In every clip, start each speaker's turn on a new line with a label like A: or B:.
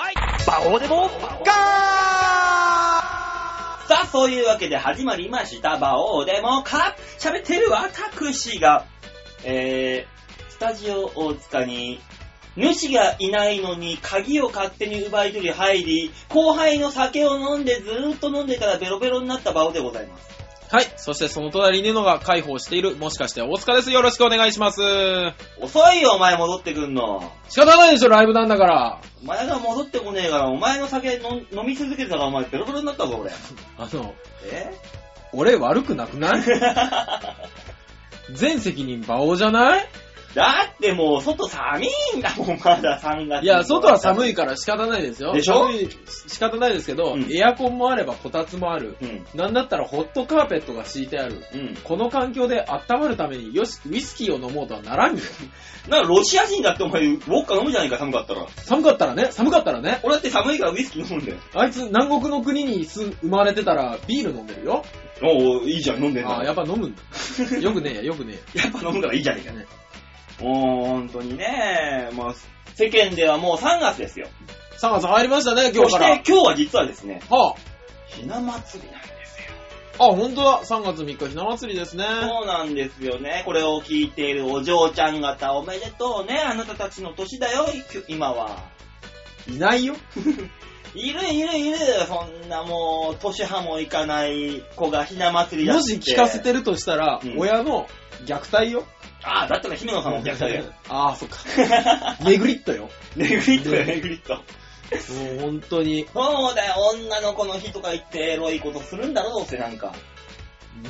A: ここでもガー
B: さあ、そういうわけで始まりました、バオーデモか喋ってる私が、えー、スタジオ大塚に、主がいないのに鍵を勝手に奪い取り入り、後輩の酒を飲んでずーっと飲んでからベロベロになったバオでございます。
A: はい。そしてその隣にいるのが解放している、もしかして大塚です。よろしくお願いします。
B: 遅いよ、お前戻ってくんの。
A: 仕方ないでしょ、ライブなんだから。
B: お前が戻ってこねえから、お前の酒飲ん飲み続けてたらお前ベロベロになったぞ、俺。
A: あの、
B: え
A: 俺悪くなくない全責任馬王じゃない
B: だってもう外寒いんだもん、まだ3月。
A: いや、外は寒
B: い。
A: いから仕方ないですよ。
B: でしょ
A: 寒い仕方ないですけど、
B: うん
A: エアコンもあればこたつもある。
B: うん。
A: なんだったらホットカーペットが敷いてある。
B: うん。
A: この環境で温まるために、よし、ウイスキーを飲もうとはならんよ。
B: なんかロシア人だってお前、ウォッカ飲むじゃないか、寒かったら。
A: 寒かったらね、寒かったらね、
B: 俺だって寒いからウイスキー飲むんだよ。
A: あいつ南国の国に住生まれてたらビール飲んでるよ。
B: おうおう、いいじゃん、飲んでんだ。
A: ああ、やっぱ飲むん だ。よくねえや、よくね
B: やっぱ飲むからいいじゃねえ
A: えや。
B: か。
A: ね
B: もう、本当にね、まあ、世間ではもう3月ですよ。
A: 3月入りましたね、今
B: そ
A: 日
B: し
A: か
B: て
A: ら。
B: 今日は実はですね、
A: は
B: ひな祭りなんですよ。
A: あ、あ、ほんとだ。3月3日ひな祭りですね。
B: そうなんですよね。これを聞いているお嬢ちゃん方、おめでとうね。あなたたちの年だよ、い今は。
A: いないよ。
B: いるいるいる。そんなもう、年派もいかない子がひな祭りだって。
A: もし聞かせ。てるとしたら、
B: うん
A: 親の虐待よ。
B: ああ、だったら姫野さんもお客さんだよ。
A: ああ、そっか。ネグリットよ。
B: ネグリットだよ、ネグリット。
A: もう本当に。
B: そうだよ、女の子の日とか言ってエロいことするんだろ、どうせなんか。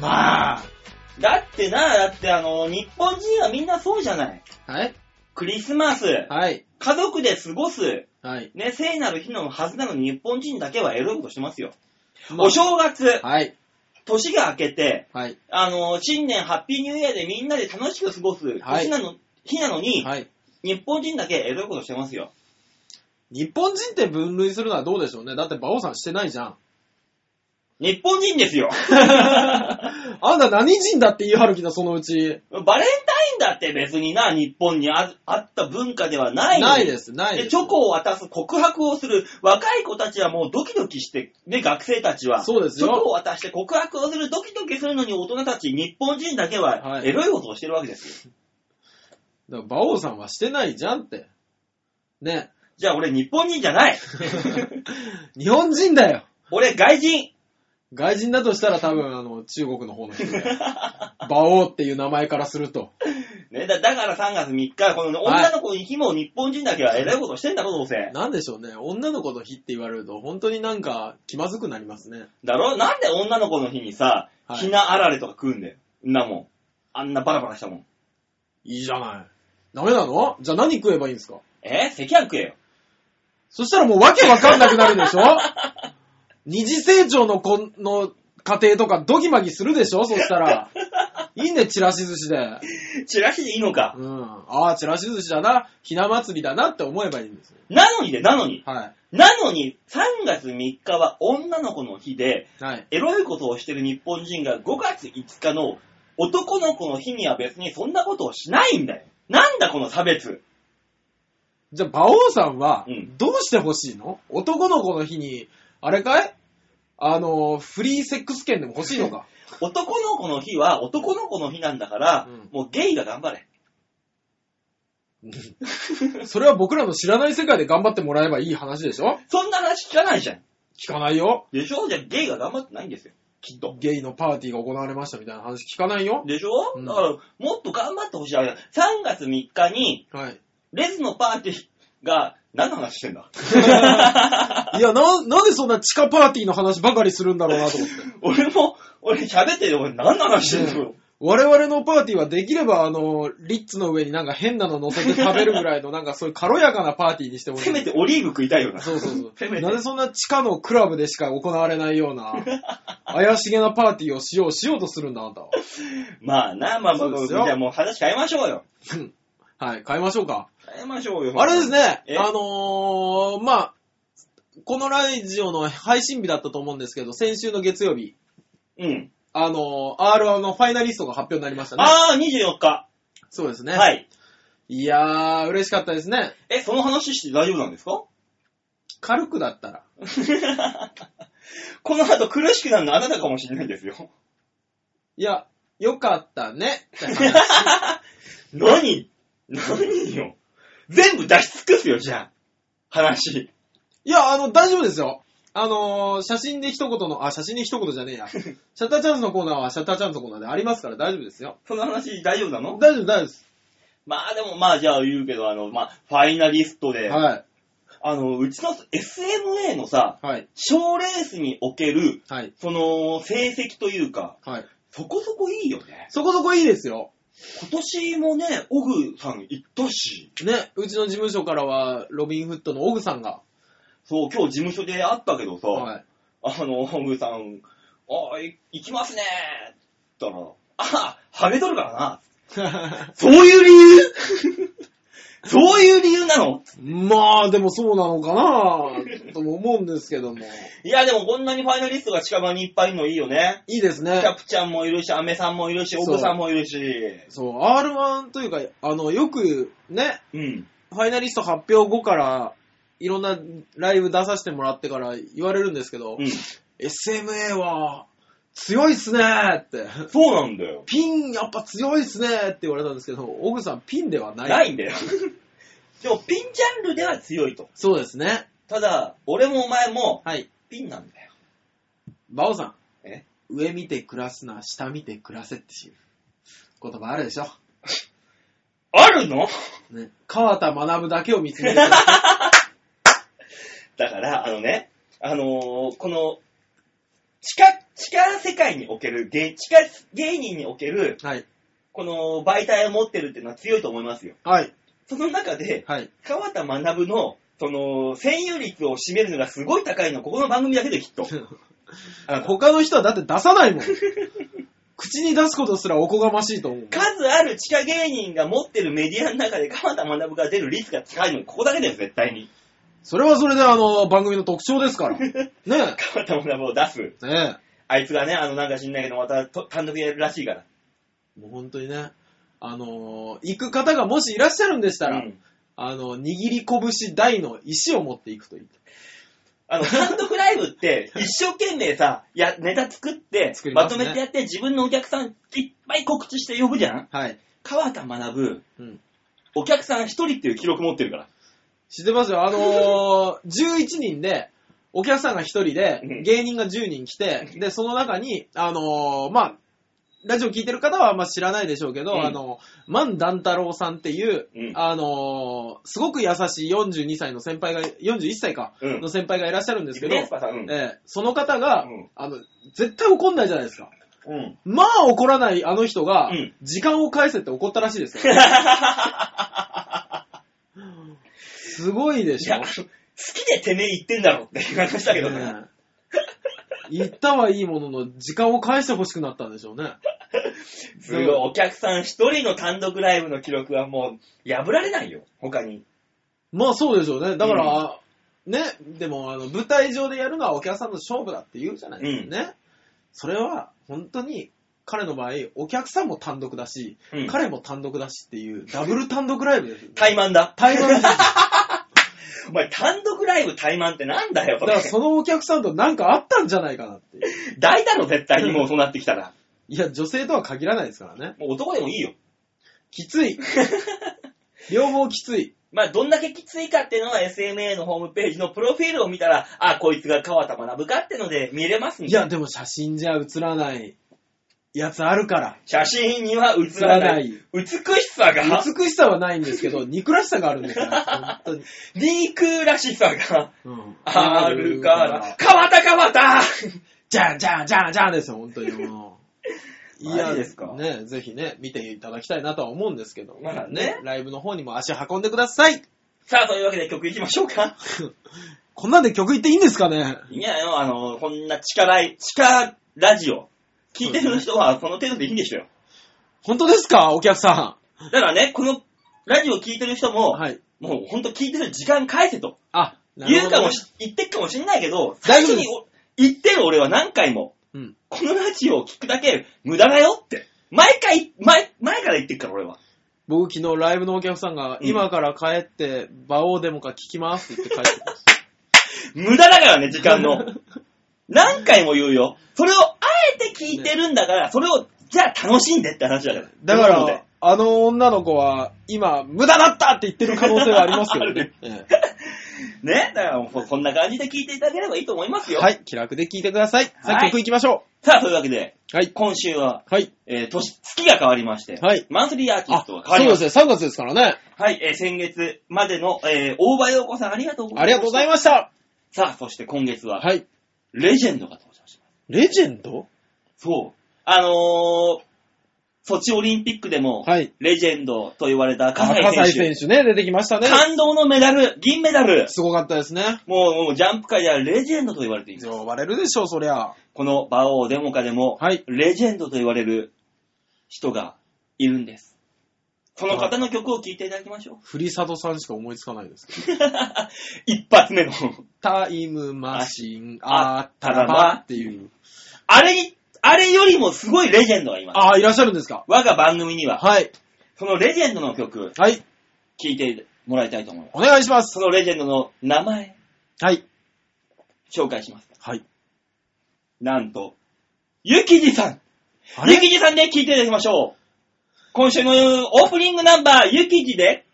A: まあ。
B: だってな、だってあの、日本人はみんなそうじゃない。
A: はい
B: クリスマス、
A: はい。
B: 家族で過ごす、
A: はい。
B: ね、聖なる日のはずなのに日本人だけはエロいことしてますよ。
A: まあ
B: お正月、
A: はい。
B: 年が明けて、
A: はい。
B: あの、新年ハッピーニューイヤーでみんなで楽しく過ごす、
A: は
B: 年
A: い
B: なの、日なのに、
A: はい。
B: 日本人だけエロいことしてますよ。
A: 日本人って分類するのはどうでしょうね。だって、馬王さんしてないじゃ ん。
B: 日本人です よ。
A: あんた何人だって言い張る気だ、そのうち。
B: バレンタインだって別にな、日本にああった文化ではないのに
A: ないです、ないです。
B: で、チョコを渡す告白をする若い子たちはもうドキドキして、ね、学生たちは。
A: そうです
B: チョコ
A: よ。
B: を渡して告白をするドキドキするのに大人たち、日本人だけは
A: は、い
B: エロいことをしてるわけですよ。
A: だから馬王さんはしてないじゃんって。ね。
B: じゃあ俺日本人じゃ ない。
A: 日本人だよ。
B: 俺外人。
A: 外人だとしたら多分、あの、中国の方の人で。 馬王っていう名前からすると。
B: ね、だだから3月3日、この女の子に日も日本人だけはエロいことをしてんだろ、どうせ。
A: なんでしょうね。女の子の日って言われると、本当になんか気まずくなりますね。
B: だろなんで女の子の日にさ、
A: はい
B: ひなあられとか食うんだよ。んなもん。あんなバラバラしたもん。
A: いいじゃない。ダメなのじゃあ何食えばいいんですか
B: え赤飯食えよ。
A: そしたらもうわけわかんなくなるでしょ二次成長の子の家庭とかドギマギするでしょそしたら。いいね、チラシ寿司で。
B: チラシでいいのか。
A: うん。ああ、チラシ寿司だな。ひな祭りだなって思えばいいんですよ。
B: なのにで、なのに。
A: は
B: なのに、3月3日は女の子の日で、
A: い。はい。
B: エロいことをしてる日本人が5月5日の男の子の日には別にそんなことをしないんだよ。なんだこの差別。
A: じゃあ、馬王さんは
B: うん、
A: どうしてほしいの、男の子の日に、あれかいあのー、フリーセックス券でも欲しいのか
B: 男の子の日は男の子の日なんだから、
A: うん
B: もうゲイが頑張れ。
A: それは僕らの知らない世界で頑張ってもらえばいい話でしょ
B: そんな話聞かないじゃん。
A: 聞かないよ。
B: でしょじゃあゲイが頑張ってないんですよ。きっと。
A: ゲイのパーティーが行われましたみたいな話聞かないよ。
B: でしょ、
A: うん
B: だから、もっと頑張ってほしい。あれ3月3日に、
A: はい。
B: レズのパーティーが、何の話してんだ
A: いや、な、なんでそんな地下パーティーの話ばかりするんだろうなと思って。
B: 俺も、俺喋ってる俺何の話してんだろう。
A: 我々のパーティーはできれば、あの、リッツの上になんか変なの乗せて食べるぐらいの、なんかそういう軽やかなパーティーにしてもら
B: せめてオリーブ食いたいよな。
A: そうそうそ
B: せ
A: う。
B: め
A: な
B: て。
A: んでそんな地下のクラブでしか行われないような、怪しげなパーティーをしよう、しようとするんだ、あんたは。
B: まあな、まあま
A: そ
B: あ
A: う
B: ま
A: で
B: あ、
A: す
B: じ
A: よ
B: ゃあもう話変えましょうよ。
A: はい、変えましょうか。
B: 変えましょうよ。
A: あれです。ね
B: え、
A: あのー、まあ、このラジオの配信日だったと思うんですけど、先週の月曜日、
B: うん。
A: あのー、R1 のファイナリストが発表になりましたね。
B: ああ、24日。
A: そうですね。。
B: はいい。
A: いやー、嬉しかったですね。
B: え、その話して大丈夫なんですか
A: 軽くだったら。
B: この後苦しくなるのあなたかもしれないんですよ。
A: いや、よかったね って話。
B: 何何よ。全部出し尽くすよ、じゃあ。話。
A: いや、あの、大丈夫ですよ。あのー写真で一言の、あ、写真で一言じゃねえや。シャッターチャンスのコーナーはシャッターチャンスのコーナーでありますから大丈夫ですよ。
B: その話大丈夫なの
A: 大丈夫、大丈夫です。
B: まあでもまあじゃあ言うけど、あの、まあ、ファイナリストで、
A: はい。
B: あの、うちの SMA のさ、
A: はい。
B: 賞レースにおける、
A: はい。
B: その、成績というか、
A: はい。
B: そこそこいいよね。
A: そこそこいいですよ。
B: 今年もね、オグさん行ったし、
A: ね、うちの事務所からは、ロビンフットのオグさんが。
B: そう、今日事務所で会ったけどさ、
A: はい。
B: あの、オグさん、あい行きますねーって言ったら、あはめとるからな。そういう理由そういう理由なの
A: まあ、でもそうなのかなとも思うんですけども。
B: いや、でもこんなにファイナリストが近場にいっぱいいるのいいよね。
A: いいです
B: キ
A: ね。
B: ャプちゃんもいるし、アメさんもいるし、オグさんもいるし。
A: そう、R1 というか、あの、よくね、
B: うん。
A: ファイナリスト発表後から、いろんなライブ出させてもらってから言われるんですけど、
B: うん。
A: SMA は強いっすねーって。
B: そうなんだよ。
A: ピンやっぱ強いっすねーって言われたんですけど、オグさんピンではない。
B: ないんだよ。 でも、ピンジャンルでは強いと。
A: そうですね。
B: ただ、俺もお前も、
A: はい。
B: ピンなんだよ。
A: バオさん。
B: え
A: 上見て暮らすな、下見て暮らせっていう言葉あるでしょ。
B: あるの
A: ね。川田学だけを見つめて 暮らせ
B: だから、あのね、あのーこの、地下、地下世界における芸、地下芸人における、
A: はい。
B: この媒体を持ってるっていうのは強いと思いますよ。
A: はい。
B: その中で、
A: はい。
B: 川田学の、その、占有率を占めるのがすごい高いの、ここの番組だけできっと。あの
A: 他の人はだって出さないもん。口に出すことすらおこがましいと思う。
B: 数ある地下芸人が持ってるメディアの中で川田学が出る率が高いの、ここだけだよ、絶対に。
A: それはそれであの、番組の特徴ですから。ねえ。
B: 川田学を出す。
A: ね
B: あいつがね、あの、なんか知んないけど、またと単独でやるらしいから。
A: え。もう本当にね。あのー行く方がもしいらっしゃるんでしたら、
B: うん
A: あの、握り拳大の石を持っていくといい。
B: あの、単独ライブって、一生懸命さ、や、ネタ作って、
A: 作り
B: ま
A: ます
B: と
A: ね
B: めてやって、自分のお客さんいっぱい告知して呼ぶじゃん
A: はい。
B: 川田学、
A: うん。
B: お客さん一人っていう記録持ってるから。
A: 知ってますよ。あのー、11人で、お客さんが1人
B: うん
A: で、芸人が10人来て、で、その中に、あのー、まあ、ラジオ聞いてる方はあんま知らないでしょうけど、
B: うん
A: あの、万段太郎さんっていう、
B: うん
A: あのー、すごく優しい42歳の先輩が、41歳か、
B: うん
A: の先輩がいらっしゃるんですけど、
B: ユネスパさんうん
A: ええその方が、
B: うん
A: あの、絶対怒んないじゃないですか。
B: うん。
A: まあ怒らないあの人が、
B: うん
A: 時間を返せって怒ったらしいですよ。すごいで
B: い
A: し
B: や、
A: ょ
B: 好。きでてめえ言ってんだろっていう話だけどね。
A: ねえ言ったはいいものの、時間を返してほしくなったんでしょうね。
B: すごい、お客さん一人の単独ライブの記録はもう、破られないよ、他に。
A: まあそうでしょうね。だから、ね、でもあの舞台上でやるのはお客さんの勝負だって言うじゃないですかね。それは本当に彼の場合、お客さんも単独だし、
B: うん
A: 彼も単独だしっていうダブル単独ライブですよね。
B: 怠慢だ。
A: 対談ですよ
B: お前、単独ライブ怠慢ってなんだよ、
A: だからそのお客さんとなんかあったんじゃないかなっていう。
B: 大だろ、絶対にもうそうなってきたら。
A: いや、女性とは限らないですからね。
B: もう男でもいいよ。
A: きつ い。両方きつい。
B: まあ、どんだけきついかっていうのは SMA のホームページのプロフィールを見たら、あ、こいつが川田学かってので見れますんで。
A: いや、、でも写真じゃ写らないやつあるから。
B: 写真には映らない。美しさが、
A: 美しさはないんです けど、憎らしさがあるんですよ。本当に。
B: リークらしさが
A: うん
B: あるから。。川田川田
A: じゃんじゃんじゃんじゃんですよ、本当にもう。い
B: マ
A: や
B: ジですか
A: ね、ぜひね、見ていただきたいなとは思うんですけど。
B: まあね
A: ライブの方にも足運んでください。
B: さあ、というわけで曲いきましょうか。
A: こんなんで曲言っていいんですかね
B: いやよ、あの、こんな地下ライ、地下ラジオ、聞いてる人はこの程度でいいんでしょうよ。
A: 本当ですかお客さ
B: だからね、このラジオ聞いてる人も、
A: ん。はい。
B: もうほんと聞いてる時間返せと。
A: あ、なるほ
B: 言
A: ど
B: うかもし、言ってっかもしんないけど、
A: 大丈
B: 最初
A: 夫
B: にお言ってる俺は何回も、
A: うん。
B: このラジオを聞くだけ無駄だよって。毎回、前、前から言ってっから俺は。
A: 僕昨日ライブのお客さんが、
B: うん
A: 今から帰って、馬王デモか聞きますって言って帰ってきまし
B: 無駄だからね、時間 の。何回も言うよ。それをあえて聞いてるんだから、それを、じゃあ楽しんでって話だから。
A: だか
B: ということで
A: ら、あの女の子は、今、無駄だったって言ってる可能性はありますけど ね。え
B: ね、だからもうこんな感じで聞いていただければいいと思います
A: え
B: よ。
A: はい、気楽で聞いてください。さ
B: はい
A: あ、曲行きましょ
B: さあ、というわけで、
A: う。はい。
B: 今週は、
A: はい。
B: えー年、月が変わりまして、
A: はい
B: マンスリーアーティ
A: あ、
B: スト
A: そ
B: が変わり
A: う
B: ま
A: で
B: し
A: すね、3月ですからね。
B: た。はい、えー先月までの、えー大場洋子さんありがとうございました。
A: ありがとうございました。
B: さあ、そして今月は、
A: はい。
B: レジェンドが登場します。
A: レジェンド
B: そう。あのー、ソチオリンピックでも、
A: はい
B: レジェンドと言われた
A: 葛
B: 葛西
A: 西
B: 選
A: 選手ね、出てきました
B: 手。
A: ね。
B: 感動のメダル、銀メダル。
A: すごかったですね。
B: もう、もうジャンプ界ではレジェンドと言われています。
A: 呼ばれるでしょう、そりゃ。
B: この馬王デモカでも、
A: はい
B: レジェンドと言われる人がいるんです。その方の曲を聴いていただきましょう。
A: ふりさとさんしか思いつかないですけど。
B: 一発目の。
A: タイムマシン、
B: あ
A: あったらばっていう。
B: あれに、あれよりもすごいレジェンドがいます。
A: ああ、いらっしゃるんですか。
B: 我が番組には、
A: はい。
B: そのレジェンドの曲、
A: はい。
B: 聴いてもらいたいと思います。
A: お願いします
B: そ。のレジェンドの名前、
A: はい。
B: 紹介します。
A: はい。
B: なんと、ゆきじさん
A: あ
B: ゆ
A: れ
B: きじさんで聴いていただきましょう。今週のオープニングナンバー、ゆきじで、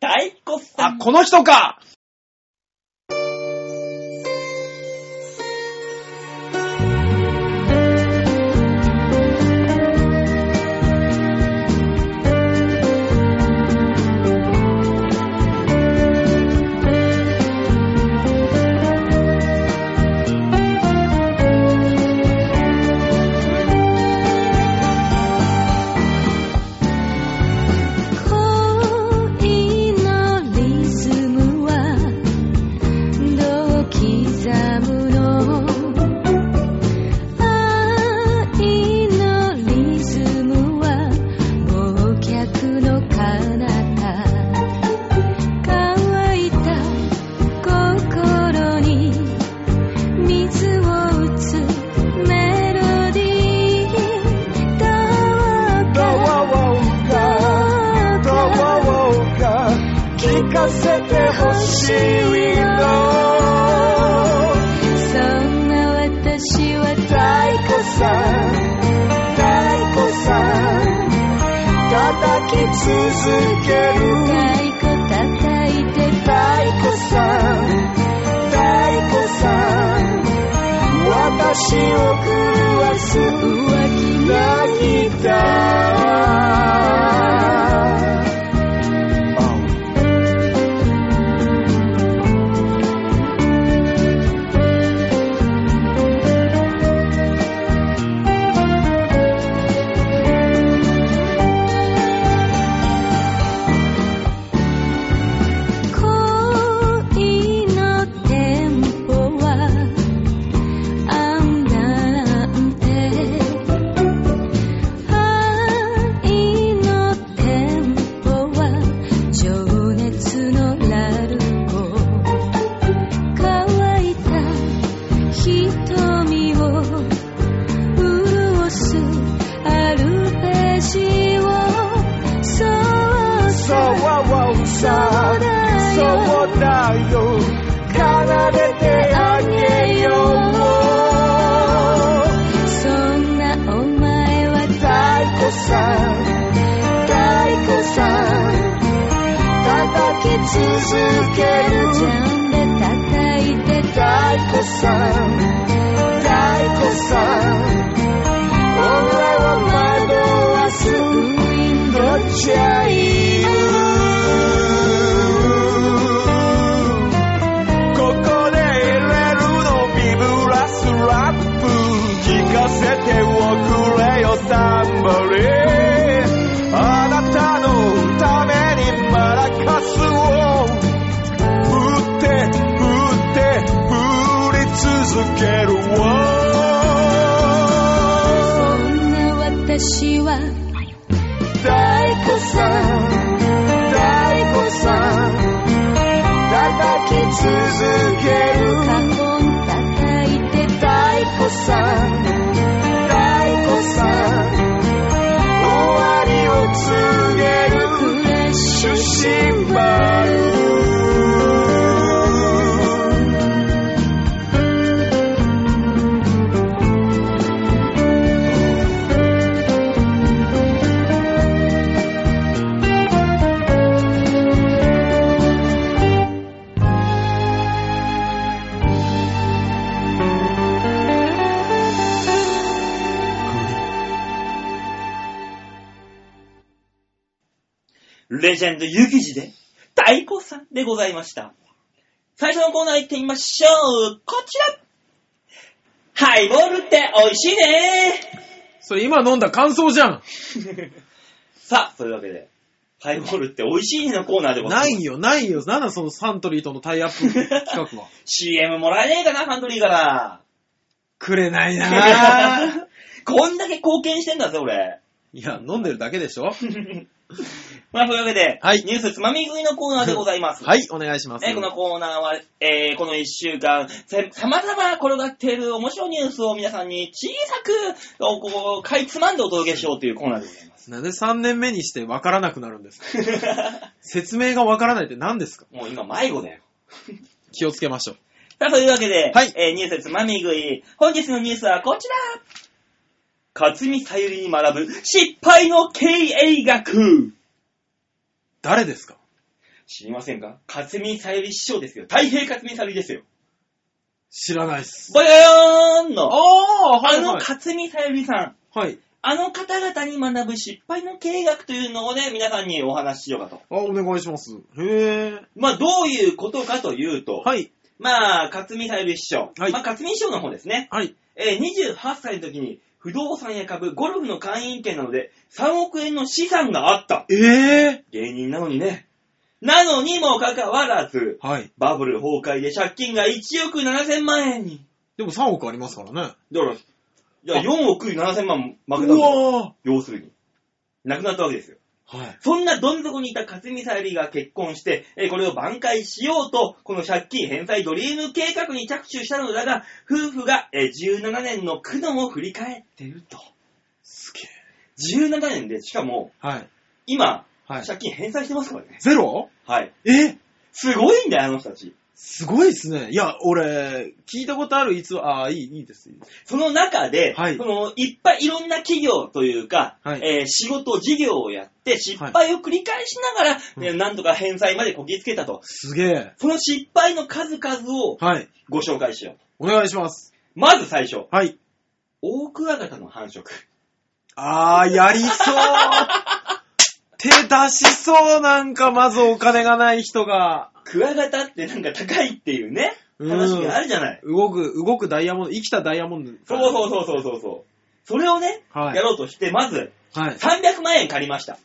B: 太鼓さ
A: あ、
B: ん。
A: この人か
C: 恋のリズムはどう刻むの愛のリズムは忘却の彼方乾いた心に水を打つメロディーどうかどうか聞かせてほしいのそんな私は太鼓さん太鼓さん叩き続ける太鼓叩いて太鼓さん太鼓さん私を狂わす浮気なギター恋のテンポは安なんて愛のテンポは情熱のラルコ乾いた瞳を潤すアルペジオそう
D: そ
C: そう
D: うさそうだよ奏でてあげよう
C: そんなお前は
D: 太鼓さん太鼓さん叩き続ける
C: ジャンで叩いて
D: 太鼓さん太鼓さん俺を惑わすドチャイここで入れるのビブラスラップ聞かせておくれよサンバリあなたのためにマラカスを振って振って振り続ける
C: そ
D: Wow
C: んな私は
D: 太鼓さん太鼓さん叩き続ける
C: カホン叩いて
D: 太鼓さん太鼓さん終わりを告げる
C: クラッシ
D: 出
C: ュ
D: 身バル
B: レジェンドゆきじで、太鼓さんでございました。最初のコーナー行ってみましょう。こちらハイボールって美味しいね
A: それ今飲んだ感想じゃん
B: さあ、というわけで、ハイボールって美味しいねのコーナーでございま
A: な
B: す。
A: いよ、ないよ。なんだそのサントリーとのタイアッ プ企画は。
B: CM もらえねえかな、ハンドリーから。
A: くれないなぁ。
B: こんだけ貢献してんだぜ、俺。
A: いや、飲んでるだけでしょ
B: まあ、というわけで、
A: はい
B: ニュースつまみ食いのコーナーでございます。
A: はい、お願いします。
B: ね、このコーナーは、えー、この一週間、せ様々転がっている面白いニュースを皆さんに小さく、おこう、かいつまんでお届けしようというコーナーでございます。
A: なんで3年目にして分からなくなるんですか 説明が分からないって何ですか
B: もう今、迷子だよ。
A: 気をつけましょう。
B: さあ、というわけで、
A: はい
B: えーニュースつまみ食い。本日のニュースはこちら。勝見さゆりに学ぶ失敗の経営学。
A: 誰ですか
B: 知りませんか勝見さゆり師匠ですよ。大平勝見さゆりですよ。
A: 知らないっす。
B: ぼよーん
A: あ
B: の、
A: あ、は
B: あ
A: い、
B: の
A: はい。
B: 勝見さゆりさん。
A: はい。
B: あの方々に学ぶ失敗の経営学というのをね、皆さんにお話ししようかと。
A: あ、お願いします。へえ。
B: まあ、どういうことかというと、
A: はい。
B: まあ、勝見さゆり師匠。
A: はい
B: まあ、勝見師匠の方ですね。
A: はい。
B: えー28歳の時に、不動産や株、ゴルフの会員権などで、3億円の資産があった。
A: ええ
B: 芸人なのにね。なのにもかかわらず、
A: はい。
B: バブル崩壊で借金が1億7000万円に。
A: でも3億ありますからね。
B: だから、じゃあ4億7000万負けた
A: う
B: の。
A: わ
B: 要するに。なくなったわけですよ。
A: ーはい。
B: そんなどん底にいた勝見さゆりが結婚して、えーこれを挽回しようと、この借金返済ドリーム計画に着手したのだが、夫婦が、えー17年の苦悩を振り返っていると。
A: すげえ。
B: 17年で、しかも、
A: はい。
B: 今、
A: はい。
B: 借金返済してますからね。
A: ゼロ
B: はい。
A: え
B: すごいんだよ、あの人たち。
A: すごいっすね。いや、俺、聞いたことある逸話、あーいい、いいです。いいです
B: その中で、
A: はい
B: そのいっぱいいろんな企業というか、
A: はい
B: えー仕事、事業をやって、失敗を繰り返しながら、
A: うん
B: えーなんとか返済までこぎつけたと。
A: すげえ。
B: その失敗の数々を
A: はい。
B: ご紹介しよう。
A: お願いします。
B: まず最初。
A: はい。
B: 大クワガタの繁殖。
A: あー、やりそう。 手出しそう、なんか、まずお金がない人が。
B: クワガタってなんか高いっていうね、
A: うん
B: 話があるじゃない。
A: 動く、動くダイヤモンド、生きたダイヤモンド。
B: そうそううそうそうそうそう。それをね、
A: はい
B: やろうとして、まず
A: そう。はい。
B: 300万円借りました。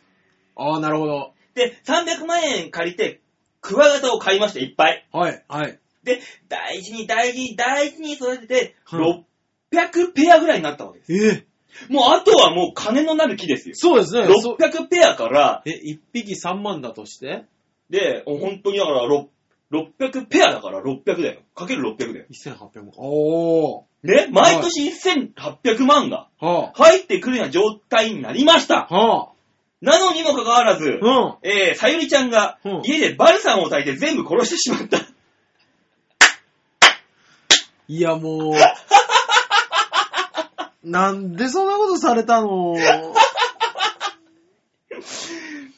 A: あー、なるほど。
B: で、300万円借りて、クワガタを買いました、いっぱい。
A: はい、はい。
B: で、大事に大事に大事に育てて、
A: はい
B: 600ペアぐらいになったわけで
A: えー、
B: す。もうあとはもう金のなる木ですよ。
A: そうですね。そう
B: 600ペアから、
A: え、1匹3万だとして
B: で、本当にだから、ろ600ペアだから600だよ。かける600だよ。
A: ?1800 万。おー。
B: ね、毎年1800万が
A: は
B: 入ってくるような状態になりまし
A: あ。
B: た。
A: は
B: なのにもかかわらず、
A: あ。うん。
B: えー、さゆりちゃんが
A: うん
B: 家でバルサンを炊いて全部殺してしまった。
A: いや、 もう。なんでそんなことされたの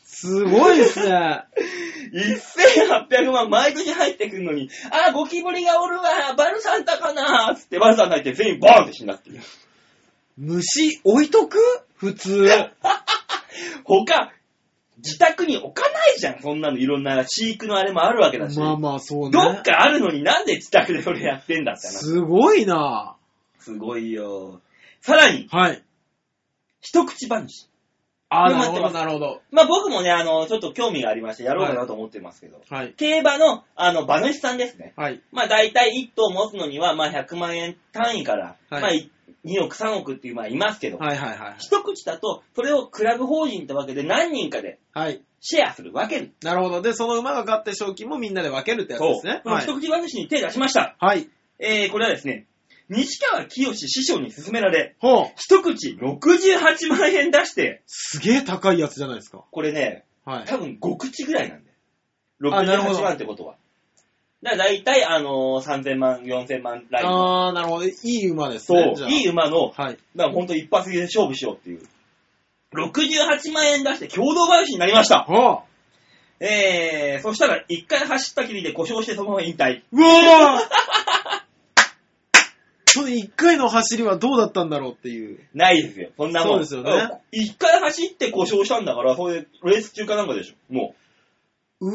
A: すごいっすね。
B: 1800万毎年入ってくるのに、あー、ゴキブリがおるわ、バルサンだかなーつってバルサン炊いて全員バーンって死んだっていう。
A: 虫置いとく普通。
B: 他、自宅に置かないじゃん、そんなのいろんな飼育のあれもあるわけだし。
A: まあまあ、そうね。
B: どっかあるのになんで自宅でそれやってんだって話。
A: すごいな
B: すごいよ。さらに、
A: はい。
B: 一口話。
A: あー
B: で
A: な
B: もやっ
A: るほど、
B: てます
A: なるほど。
B: まあ僕もね、あの、ちょっと興味がありまして、やろうかなと思ってますけど、
A: はい。
B: 競馬の、あの、馬主さんですね。
A: はい。
B: まあ大体1頭持つのには、まあ100万円単位から、
A: はい
B: まあい2億3億っていう、まあいますけど、
A: はいはいはい。
B: 一口だと、それをクラブ法人ってわけで何人かで
A: はい。
B: シェアするわけです。
A: なるほど。で、その馬が勝って賞金もみんなで分けるってやつですね。
B: この
A: はい
B: 一。口馬主に手出しました。
A: はい。
B: えー、これはですね、西川清師匠に勧められ、
A: ほう。
B: 一口68万円出して、
A: すげえ高いやつじゃないですか。
B: これね、
A: はい。
B: 多分5口ぐらいなんだよ。
A: あなるほど
B: 68万ってことは。だから大体、あのー、3000万、4000万ラインの。
A: あー、なるほど。いい馬です
B: そ
A: ね。
B: う、いい馬の、
A: はい。
B: だから本当一発で勝負しようっていう。68万円出して共同買収になりました。
A: ほう。
B: えー、そしたら一回走ったきりで故障してそのまま引退。
A: うわ その1回の走りはどうだったんだろうっていう。
B: ないですよ。そんなもん。
A: そうですよね
B: 一回走って故障したんだから、それでレース中かなんかでしょ。も
A: う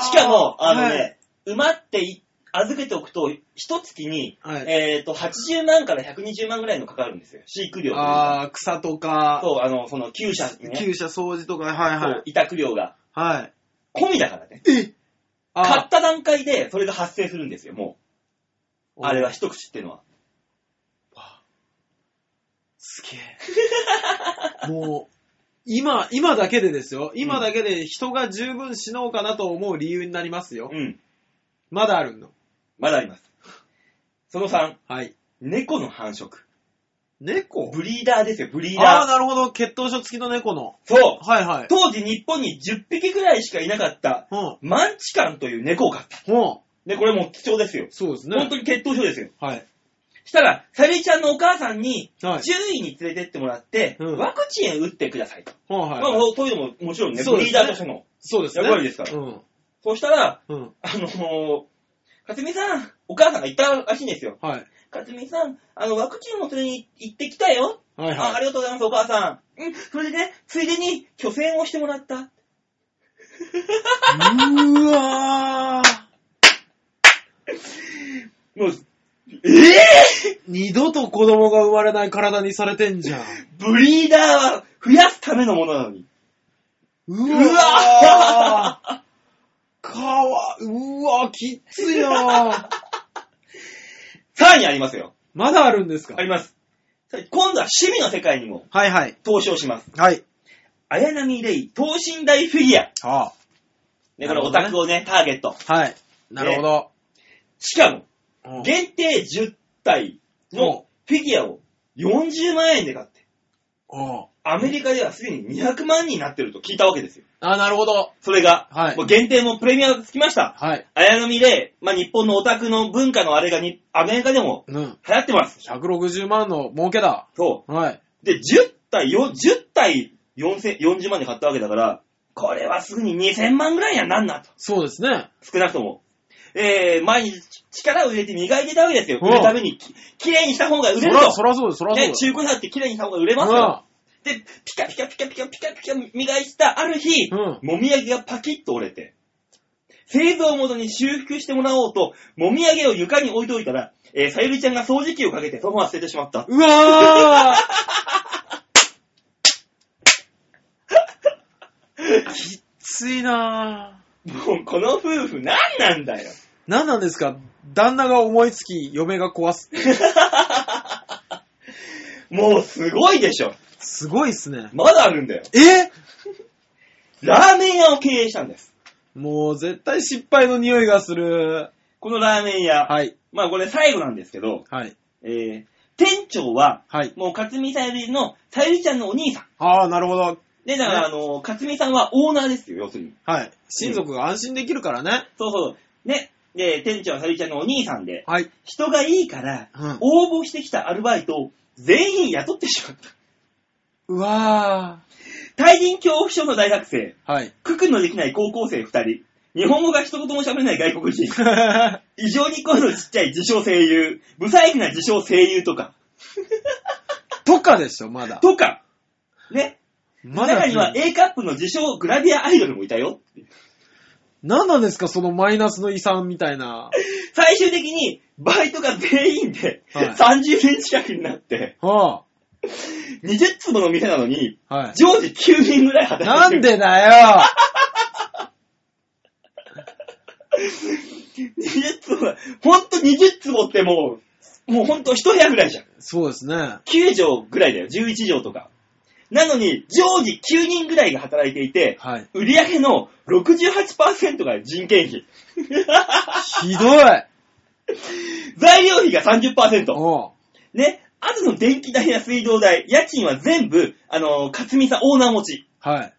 B: う。
A: ー
B: しかも、あのね、
A: はい
B: 馬ってい預けておくと、一月に、
A: はい
B: えっ、と、80万から120万ぐらいのかかるんですよ。飼育料というか。
A: あー、草とか、
B: そう、あの、その、厩舎にね、
A: 厩舎掃除とか、はいは
B: そう
A: い。
B: 委託料が、
A: はい。
B: 込みだからね。
A: あー
B: 買った段階で、それが発生するんですよ、もう。あれは一口っていうのは。
A: すげえ。もう、今、今だけでですよ。今だけで人が十分死のうかなと思う理由になりますよ。
B: うん。
A: まだあるの。
B: まだあります。その3、
A: はい。
B: 猫の繁殖。
A: 猫
B: ブリーダーですよ、ブリー
A: ああ
B: ダー。
A: ー、なるほど。血統書付きの猫の。
B: そう。
A: はいはい。
B: 当時日本に10匹ぐらいしかいなかった、
A: うん。
B: マンチカンという猫を飼った。
A: うん。
B: で、これもう貴重ですよ。
A: そうですね。
B: 本当に血統症ですよ。
A: はい。
B: したら、サビちゃんのお母さんに、
A: はい
B: 獣医に連れてってもらって、
A: うん
B: ワクチン打ってくださいと。
A: はい
B: まあ
A: はい。、
B: そういうのももちろんね、
A: そう
B: ブ
A: で
B: リ
A: すね
B: ーダーとしての。
A: そうですね。
B: 役割ですから
A: うん。
B: そうしたら、
A: うん。
B: あのー、かつみさん、お母さんが言ったらしいんですよ。
A: はい。
B: かつみさん、あの、ワクチンをそれに行ってきたよ。
A: はい
B: ああ
A: はい。
B: りがとうございます、お母さん。うん、それでね、ついでに、去勢をしてもらった。
A: うわー。
B: もう、えぇ、
A: 二度と子供が生まれない体にされてんじゃん。
B: ブリーダーは増やすためのものなのに。
A: う
B: うわ
A: わー。かわ、うわー、きっついなー。
B: さらにありますよ。
A: まだあるんですか
B: あります。さらに今度は趣味の世界にも
A: はいはい。
B: 投資をします。
A: はい。
B: 綾波レイ、等身大フィギュア。
A: あ
B: ね、
A: な
B: これオ
A: るほどね
B: タクをね、ターゲット。
A: あ。はい。なるほど。
B: しかも、
A: うん
B: 限定10体のフィギュアを40万円で買って、
A: うん
B: アメリカではすでに200万になってると聞いたわけですよ。
A: あ、なるほど。
B: それが、
A: はい
B: もう限定もプレミアがつきました。
A: はい。
B: 綾波レイ、まあ、日本のオタクの文化のあれがにアメリカでも
A: うん。
B: 流行ってます。
A: 160万の儲けだ。
B: そう。
A: はい。
B: で、10体よ、10体4000 40万で買ったわけだから、これはすぐに2000万ぐらいにはなんなと。
A: そうですね。
B: 少なくとも。えー、毎日力を入れて磨いてたわけですよ。
A: うん
B: 売るためにき、きれいにした方が売
A: そ
B: れると
A: ら、。そらそうです、そらそう
B: ね、
A: です。
B: 中古車ってきれいにした方が売れますよ。で、ピカピカピカピカピカピカ磨いたある日、
A: うん
B: もみあげがパキッと折れて、製造元に修復してもらおうと、もみあげを床に置いておいたら、えー、さゆりちゃんが掃除機をかけてそのまま捨ててしまった。
A: うんうわ ーきっついなぁ。
B: もうこの夫婦何なんだよ。
A: 何なんですか旦那が思いつき、嫁が壊すって。
B: もうすごいでしょ。
A: すごいっすね。
B: まだあるんだよ。
A: え
B: ラーメン屋を経営したんです。
A: もう絶対失敗の匂いがする。
B: このラーメン屋。
A: はい。
B: まあこれ最後なんですけど、
A: はい。
B: えー、店長は、
A: はい。
B: もう勝美さゆりの、さゆりちゃんのお兄さん。
A: ああ、なるほど。
B: で、だから、あの、勝美さんはオーナーですよ、要するに。
A: はい。親族が安心できるからね。
B: そうそう。ね。で、店長はさゆりちゃんのお兄さんで、
A: はい。
B: 人がいいから
A: うん、
B: 応募してきたアルバイトを全員雇ってしまった。
A: うわ
B: 対人恐怖症の大学生、
A: ー。 はい。
B: ククのできない高校生二人、日本語が一言も喋れない外国人。異常に声のちっちゃい自称声優、不細工な自称声優とか、
A: とかでしょ、まだ。
B: とか、ね、
A: まだ
B: 中には A カップの自称グラビアアイドルもいたよ。
A: 何なんですか、そのマイナスの遺産みたいな。
B: 最終的に、バイトが全員で、
A: はい
B: 30年近くになって、
A: は
B: 20坪の店なのに、
A: あ、はい。
B: 常時9人ぐらい
A: な
B: 働い
A: ん
B: てる。
A: でだよ
B: ?20 坪、ほんと20坪ってもう、もうほんと1部屋ぐらいじゃん。
A: そうですね。
B: 9畳ぐらいだよ、11畳とか。なのに、常時9人ぐらいが働いていて、
A: はい。
B: 売り上げの68%が人件費。
A: ひどい
B: 材料費が30%。
A: おう
B: ね。あとの電気代や水道代、家賃は全部、あのー、かつみさんオーナー持ち。
A: は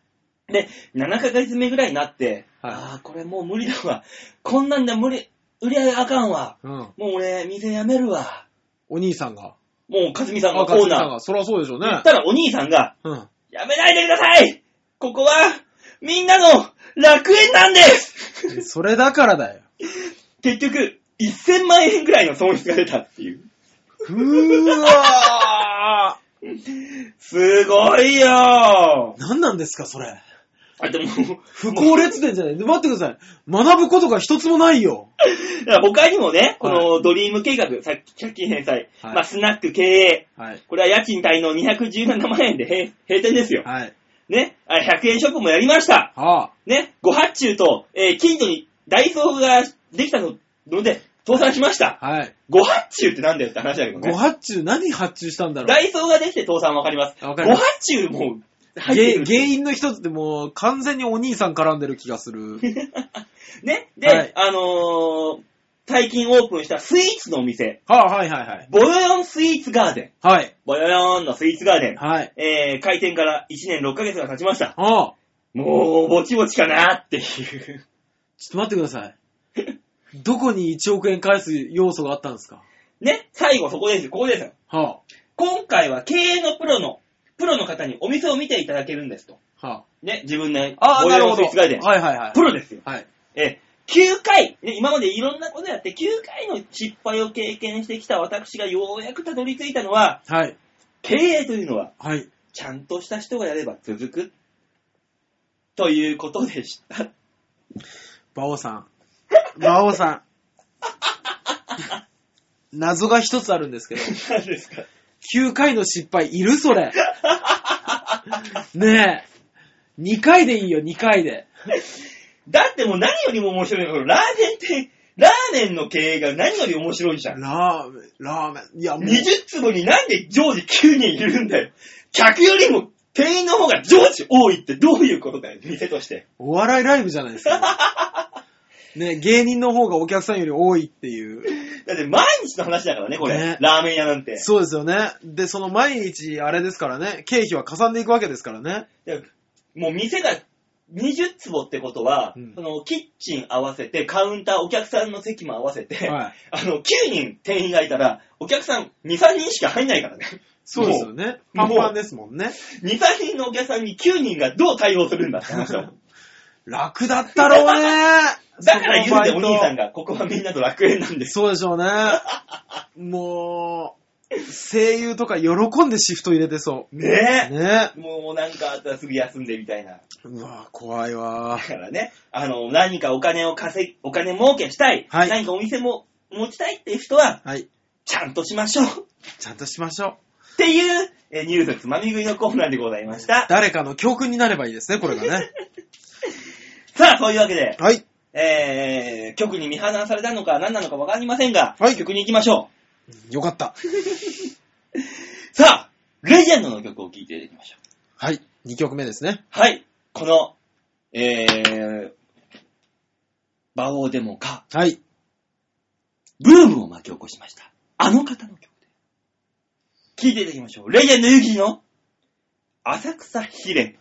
A: い。
B: で、7ヶ月目ぐらいになって、
A: はい
B: ああ、これもう無理だわ。こんなんだ無理、売り上げあかんわ。
A: うん。
B: もう俺、店辞めるわ。
A: お兄さんが。
B: もうかつみさんがオ
A: 勝
B: ー
A: 地さん
B: ナー。
A: が。そりゃそうでしょう
B: 言
A: ね
B: っ。たらお兄さんが、
A: うん。
B: やめないでくださいここは、みんなの楽園なんです
A: それだからだよ。
B: 結局、1000万円ぐらいの損失が出たっていう。
A: うーわ
B: すごいよ
A: ー何なんですか、それ。
B: あ、でも、
A: 不幸列伝じゃない。待ってください。学ぶことが一つもないよ。
B: いや他にもね、このドリーム計画、さっき借金返済、
A: はい
B: まあ、スナック経営、
A: はい。
B: これは家賃滞納217万円で閉閉店ですよ。
A: はい。
B: ね、あ100円ショップもやりました。
A: はあ。
B: ね、ご発注と、えー近所にダイソーができたのので、倒産しました。
A: はい。
B: ご発注ってなんだよって話だけど
A: ご
B: ね。
A: 発注、何発注したんだろ
B: ダイソーができて倒産わかります。
A: あ
B: ご
A: わかります
B: 発注もう、
A: う。げ 原因の一つってもう完全にお兄さん絡んでる気がする。
B: ね、で、
A: はい
B: あのー最近オープンしたスイーツのお店、
A: はあ、はいはいはい。
B: ボヨヨンスイーツガーデン。
A: はい。
B: ボヨヨンのスイーツガーデン。
A: はい。
B: えー、開店から1年6ヶ月が経ちました。
A: はあ。
B: もう、ぼちぼちかなっていう。
A: ちょっと待ってくださ い。どこに1億円返す要素があったんですか
B: ね、最後そこですよ、ここですよ。
A: は
B: 今回は経営のプロの、プロの方にお店を見ていただけるんですと。
A: あ。は
B: ね、自分で、
A: あ。ああ、
B: ボ
A: な
B: ヨ
A: る
B: ヨ
A: ほ
B: ンスイ
A: ど。
B: ーツガーデン。
A: はいはいはい
B: プ。ロですよ。
A: はい。
B: えー、9回、ね、今までいろんなことやって、9回の失敗を経験してきた私がようやくたどり着いたのは、
A: はい。
B: 経営というのは、
A: はい。
B: ちゃんとした人がやれば続く。ということで した。
A: 馬王さ ん。馬王さん。謎が一つあるんですけど、
B: 何ですか
A: 9回の失敗いるそれ。ねえ。2回でいいよ、2回で。
B: だってもう何よりも面白いのは、ラーメンって、ラーメンの経営が何より面白いじゃん。
A: ラーメン、ラーメン。いや、もう、
B: 20坪になんで常時9人いるんだよ。客よりも店員の方が常時多いってどういうことだよ、店として。
A: お笑いライブじゃないですか。ねえ芸人の方がお客さんより多いっていう。
B: だって毎日の話だからね、これ。
A: ね
B: ラーメン屋なんて。
A: そうですよね。で、その毎日あれですからね、経費はかさんでいくわけですからね。
B: だからもう店が20坪ってことは、
A: うん
B: そのキッチン合わせて、カウンター、お客さんの席も合わせて、
A: はい
B: あの、9人店員がいたら、お客さん2、3人しか入んないからね。
A: そうですよね。
B: も
A: パ
B: う
A: ンパンですもんね。
B: 2、3人のお客さんに9人がどう対応するんだって 話だもん。
A: 楽だったろう ね。
B: だから言うんだよ、
A: そ
B: お
A: このバイト
B: 兄さんが。ここはみんなの楽園なんです。
A: そうでしょ うね。もう、声優とか喜んでシフト入れてそ
B: ね
A: う。ね
B: え。もうなんかあったらすぐ休んでみたいな。
A: うわ怖いわ
B: だからね、あの、何かお金を稼ぎ、お金儲けしたい。
A: はい
B: 何かお店も持ちたいっていう人は、
A: はい。
B: ちゃんとしましょう。 っ
A: ちゃんとしましょう。
B: ていう、えニュースつまみ食いのコーナーでございました。
A: 誰かの教訓になればいいですね、こ れがね。
B: さあ、そういうわけで、
A: はい。
B: えー、曲に見放されたのか何なのかわかりませんが、
A: はい
B: 曲に行きましょ
A: よかった。
B: う。さあ、レジェンドの曲を聴いていきましょう。
A: はい。2曲目ですね。
B: はい、この、えー、馬王でもか、
A: はい。
B: ブームを巻き起こしました。あの方の曲で。聴いていただきましょう。レジェンドユキの、浅草秘伝。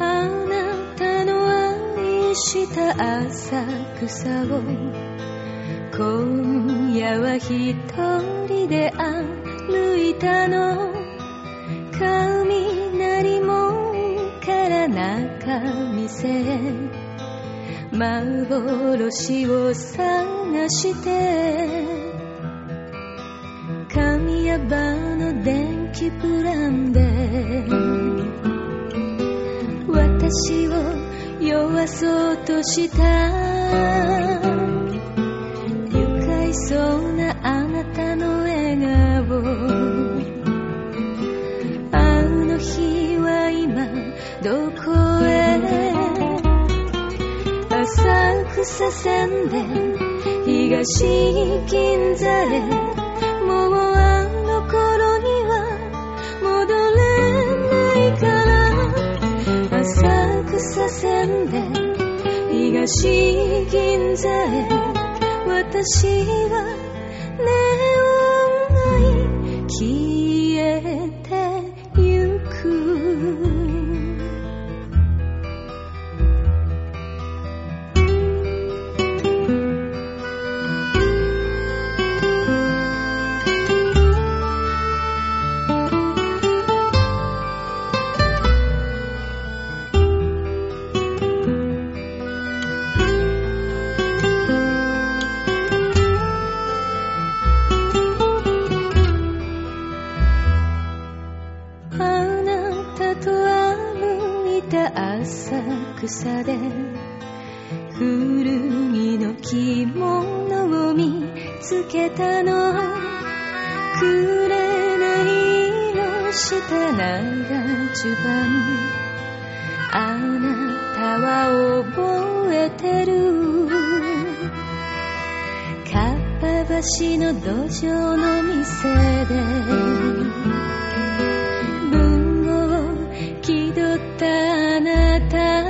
C: あなたの愛した浅草を今夜は一人で歩いたの雷門から中店へ幻を探して神谷場の電気プランで私を弱そうとした愉快そうなあなたの笑顔あの日は今どこへ浅草線で東銀座へもうあの頃には戻れないから浅草線で東銀座へ私はネオンが消えてゆくつけたのくれないの下長襦袢あなたは覚えてるかっぱ橋の土壌の店で文豪を気取ったあなた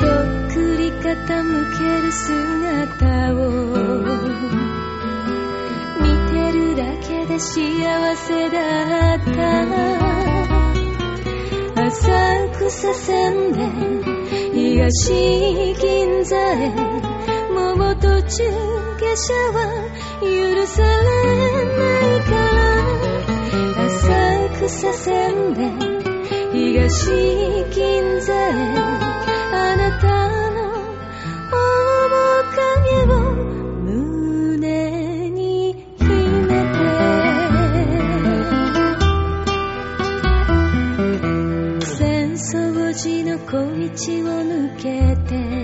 C: とっくり傾ける姿を見てるだけで幸せだった浅草線で東銀座へもう途中下車は許されないから浅草線で東銀座へあなたの面影を胸に秘めて浅草寺の小道を抜けて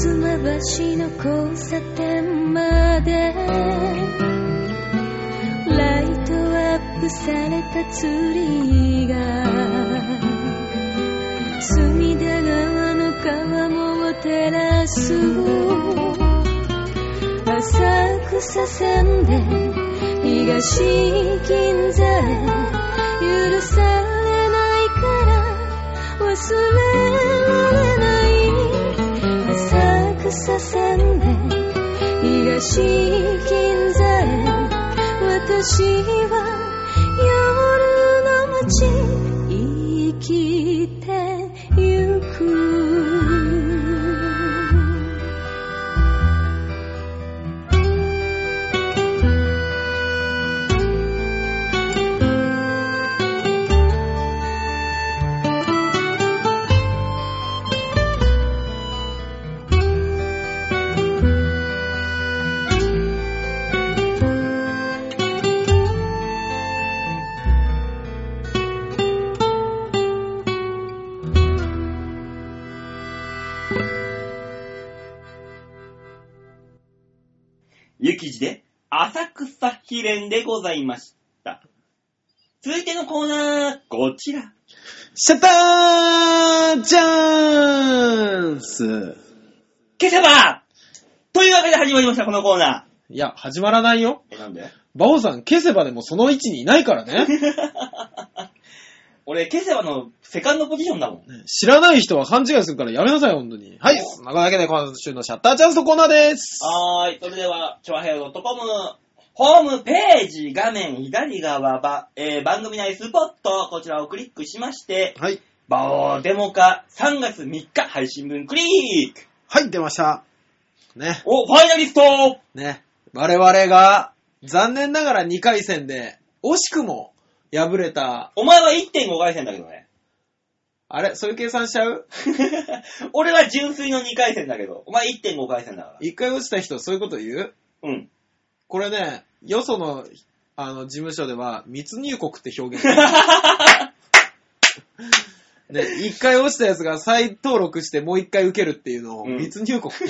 C: 東橋の交差点までライトアップされたツリーが隅田川の川面を照らす浅草線で東銀座へ許されないから忘れられない浅草線で東銀座へ私は夜の街生きてゆく
B: ゆきじで、浅草秘伝でございました。続いてのコーナー、こちら。
A: シャッターチャンス
B: 今朝はというわけで始まりました、このコーナ
A: いや、始まらないよ。
B: ー。え、なんで
A: バオさん、消せばでもその位置にいないか らね。
B: 俺、ケセバのセカンドポジションだもん。
A: 知らない人は勘違いするからやめなさい、本当に。はい、そんなわけで今週のシャッターチャンスのコーナーです。
B: はーい。それでは、チョアヘッ .com ホームページ画面左側ば、えー番組内スポット、こちらをクリックしまして、
A: はい。
B: バオデモ化3月3日配信分クリック
A: はい、出ました。ね、
B: お、ファイナリスト
A: ね。我々が、残念ながら2回戦で、惜しくも、敗れた。
B: お前は1.5回戦だけどね。
A: あれそういう計算しちゃう
B: 俺は純粋の2回戦だけど、お前1.5回戦だから。
A: 一回落ちた人、そういうこと言う
B: うん。
A: これね、よその、あの、事務所では、密入国って 表現。ね、一回落ちたやつが再登録してもう一回受けるっていうのを、
B: うん
A: 密入国って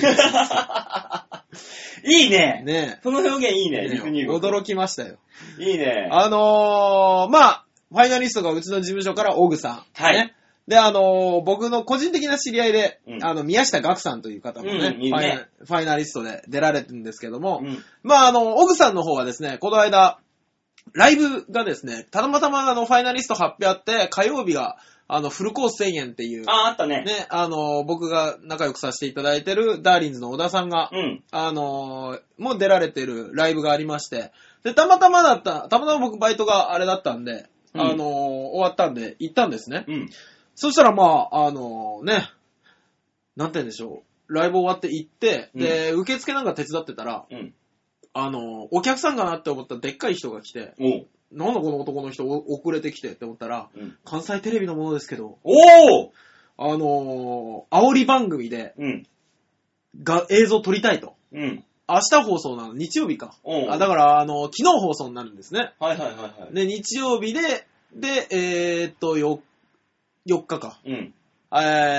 B: いいね。
A: ね。
B: その表現いいね、
A: ね
B: リクニュー
A: 驚きましたよ。
B: いいね。
A: あのー、まあ、ファイナリストがうちの事務所からオグさん。
B: はい
A: ねで、あのー僕の個人的な知り合いで、
B: うん
A: あの、宮下岳さんという方もね,、
B: うんいいね
A: ファイナファイナリストで出られてるんですけども、
B: うん
A: まあ、あの、オグさんの方はですね、この間、ライブがですね、たまたまあの、ファイナリスト発表あって、火曜日が、あの、フルコース1000円っていう、
B: あ、あったね。
A: ね、あのー僕が仲良くさせていただいてる、ダーリンズの小田さんが、
B: うん。
A: あのーもう出られてるライブがありまして、で、たまたまだった、たまたま僕バイトがあれだったんで、
B: うん
A: あのー終わったんで、行ったんですね。
B: うん。
A: そしたら、まあ、あのーね、なんて言うんでしょう。ライブ終わって行って、で、受付なんか手伝ってたら、
B: うん。
A: あのーお客さんかなって思ったでっかい人が来て、
B: おう。
A: なんだこの男の人お遅れてきてって思ったら、
B: うん
A: 関西テレビのものですけど、
B: おう
A: あのー煽り番組で、
B: うん。
A: が、映像撮りたいと。
B: うん。
A: 明日放送なの日曜日か。
B: うん
A: あだから、あの、昨日放送になるんですね。
B: はいはいはいはい。
A: で、日曜日で、で、えーっと、よ4日か。
B: うん。
A: え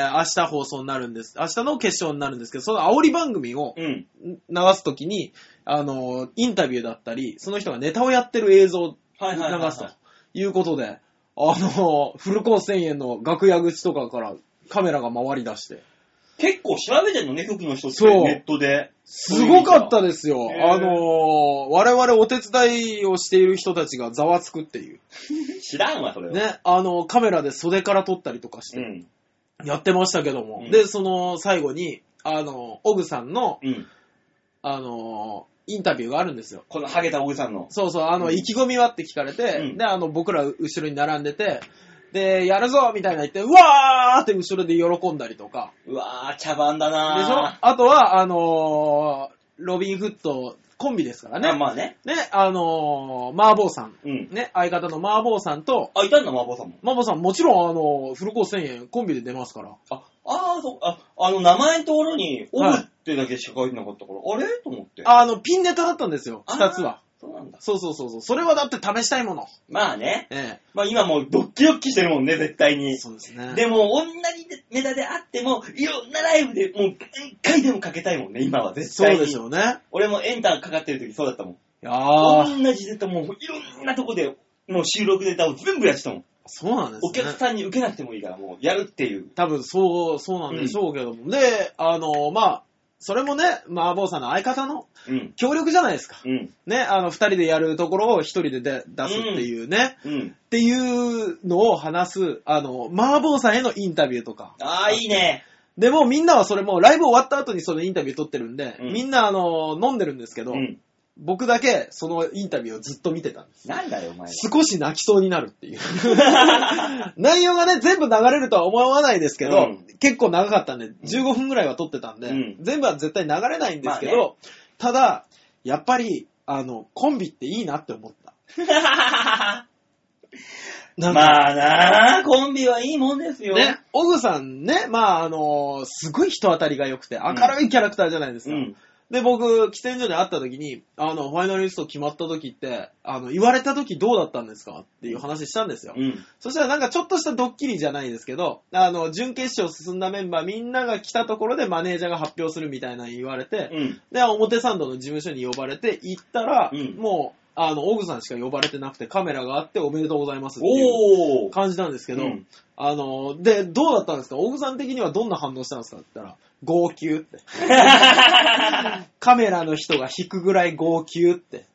A: ー、明日放送になるんです。明日の決勝になるんですけど、その煽り番組を
B: うん。
A: 流すときに、あの、インタビューだったり、その人がネタをやってる映像を
B: はい
A: 流
B: はいはいはい
A: すということで、あの、フルコース1000円の楽屋口とかからカメラが回り出して、
B: 結構調べてんのね、局の人って。
A: そう
B: ネットで。
A: すごかった
B: ね。
A: ですよ。
B: へー
A: あの、我々お手伝いをしている人たちがざわつくっていう。
B: 知らんわ、それは。
A: ね、あの、カメラで袖から撮ったりとかし
B: う
A: て、
B: ん。
A: やってましたけども。
B: うん
A: で、その最後に、あの、オグさんの、
B: うん。
A: あの、インタビューがあるんですよ。
B: このハゲたおじさんの。
A: そうそう、あの、
B: うん
A: 意気込みはって聞かれて、
B: うん
A: で、あの、僕ら後ろに並んでて、で、やるぞみたいな言って、うわーって後ろで喜んだりとか。
B: うわー、茶番だなー。
A: でしょあとは、あのーロビン・フッド、コンビですから
B: あ
A: ね。
B: まあね。
A: ね、あのー、麻婆さん。
B: うん。
A: ね、相方の麻婆さんと、
B: あ、いたんだ、麻婆さんも。
A: 麻婆さんもちろん、あのーフルコース1000円コンビで出ますから。
B: あ、あー、そう、あ、あの、名前のところに、オブ
A: はい
B: ってだけしか書いてなかったから、あれと思って。
A: あの、ピンネタだったんですよ、
B: あー
A: 二つは。。
B: そうなんだ。
A: そうそうそうそう。それはだって試したいもの。
B: まあね。
A: え
B: まあ今もうドッキドッキしてるもんね、絶対
A: え。
B: に。
A: そうですね。
B: でも、同じネタであっても、いろんなライブでもう、一回でもかけたいもんね、今は絶
A: そ
B: 対に。
A: うですよね。
B: 俺もエンターかかってる時そうだったもん。
A: いやー、
B: 同じネタもう、いろんなとこで、もう収録ネタを全部やってたもん。
A: そうなんですね。
B: お客さんに受けなくてもいいから、もうやるっていう。
A: 多分そう、そうなんでしょうけども。で、あの、まあ、それもね、麻婆さんの相方の
B: うん。
A: 協力じゃないですか。
B: うん。
A: ね、あの、二人でやるところを一人でで出すっていうね、
B: うん。
A: っていうのを話す、あの、麻婆さんへのインタビューとか。
B: ああ、いいね。
A: でもみんなはそれも、ライブ終わった後にそのインタビュー撮ってるんで、
B: うん
A: みんなあの、飲んでるんですけ
B: う
A: ど、
B: ん。
A: 僕だけそのインタビューをずっと見てたんです。
B: なんだよ、お前。
A: 少し泣きそうになるっ ていう。内容がね、全部流れるとは思わないですけど、
B: うん
A: 結構長かったんで、15分ぐらいは撮ってたんで、
B: うん
A: 全部は絶対流れないんですけど、
B: まあ
A: ただ、やっぱり、あの、コンビっていいなって思った。なんか、
B: まあなあ、コンビはいいもんですよ。
A: ね、オグさんね、まあ、あのすごい人当たりが良くて、明るいキャラクターじゃないです
B: う
A: か。
B: ん。
A: で、僕、喫煙所で会った時に、あの、ファイナリスト決まった時って、あの、言われた時どうだったんですかっていう話したんですよ。
B: うん。
A: そしたらなんかちょっとしたドッキリじゃないですけど、あの、準決勝進んだメンバーみんなが来たところでマネージャーが発表するみたいなの言われて、
B: うん。
A: で、表参道の事務所に呼ばれて行ったら、
B: うん
A: もう、あの、オグさんしか呼ばれてなくてカメラがあっておめでとうございますっていう
B: おー。
A: 感じなんですけど、
B: うん
A: あの、で、どうだったんですかオグさん的にはどんな反応したんですかって言ったら、号泣 って。カメラの人が引くぐらい号泣って。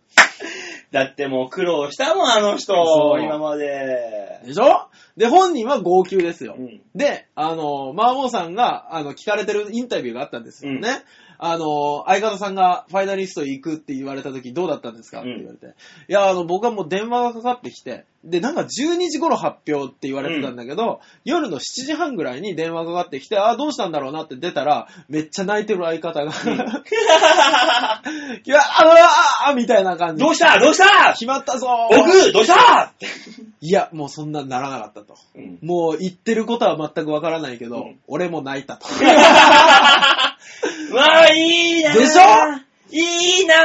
B: だってもう苦労したもん、あの人
A: そ。う
B: 今まで。
A: でしょで、本人は号泣ですよ。
B: うん。
A: で、あの、マーボーさんが、あの、聞かれてるインタビューがあったんですよね。
B: うん
A: あの、相方さんがファイナリスト行くって言われた時どうだったんですかって言われて。いや、あの、僕はもう電話がかかってきて、で、なんか12時頃発表って言われてたんだけど、夜の7時半ぐらいに電話がかかってきて、ああ、どうしたんだろうなって出たら、めっちゃ泣 いてる相方が、いや、あーあーあーみたいな感じ。
B: どうしたどうした
A: 決まったぞー
B: 僕どうしたって。
A: いや、もうそんなんならなかったと。
B: うん
A: もう言ってることは全くわからないけど、
B: うん
A: 俺も泣 いたと。
B: うわあ、いいなー
A: でしょ
B: いいなー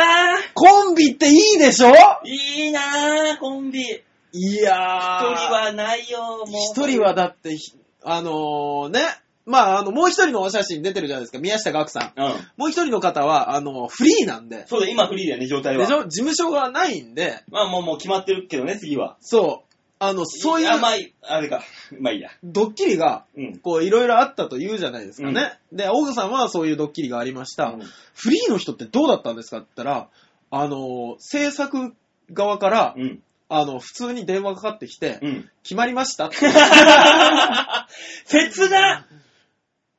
A: コンビっていいでしょ
B: いいなーコンビ。一
A: いやー。
B: 人はないよ、もう。
A: 一人はだってひ、あのー、ね、まあ、あの、もう一人のお写真出てるじゃないですか、宮下岳さ
B: う
A: ん。
B: ん。
A: もう一人の方は、あの、フリーなんで、
B: そうだ、今フリーだよね、状態は。
A: でしょ事務所がないんで、
B: まあもう、もう決まってるけどね、次は。
A: そう、あの、そうい
B: あ、ま
A: う
B: あ、あれか。 まあいいや。
A: ドッキリが、
B: うん。
A: こう、いろいろあったと言うじゃないですかね。で、オグさんはそういうドッキリがありました。
B: うん
A: フリーの人ってどうだったんですかって言ったら、あのー、制作側から、
B: うん。
A: あの、普通に電話かかってきて、
B: うん。
A: 決まりましたって
B: 切な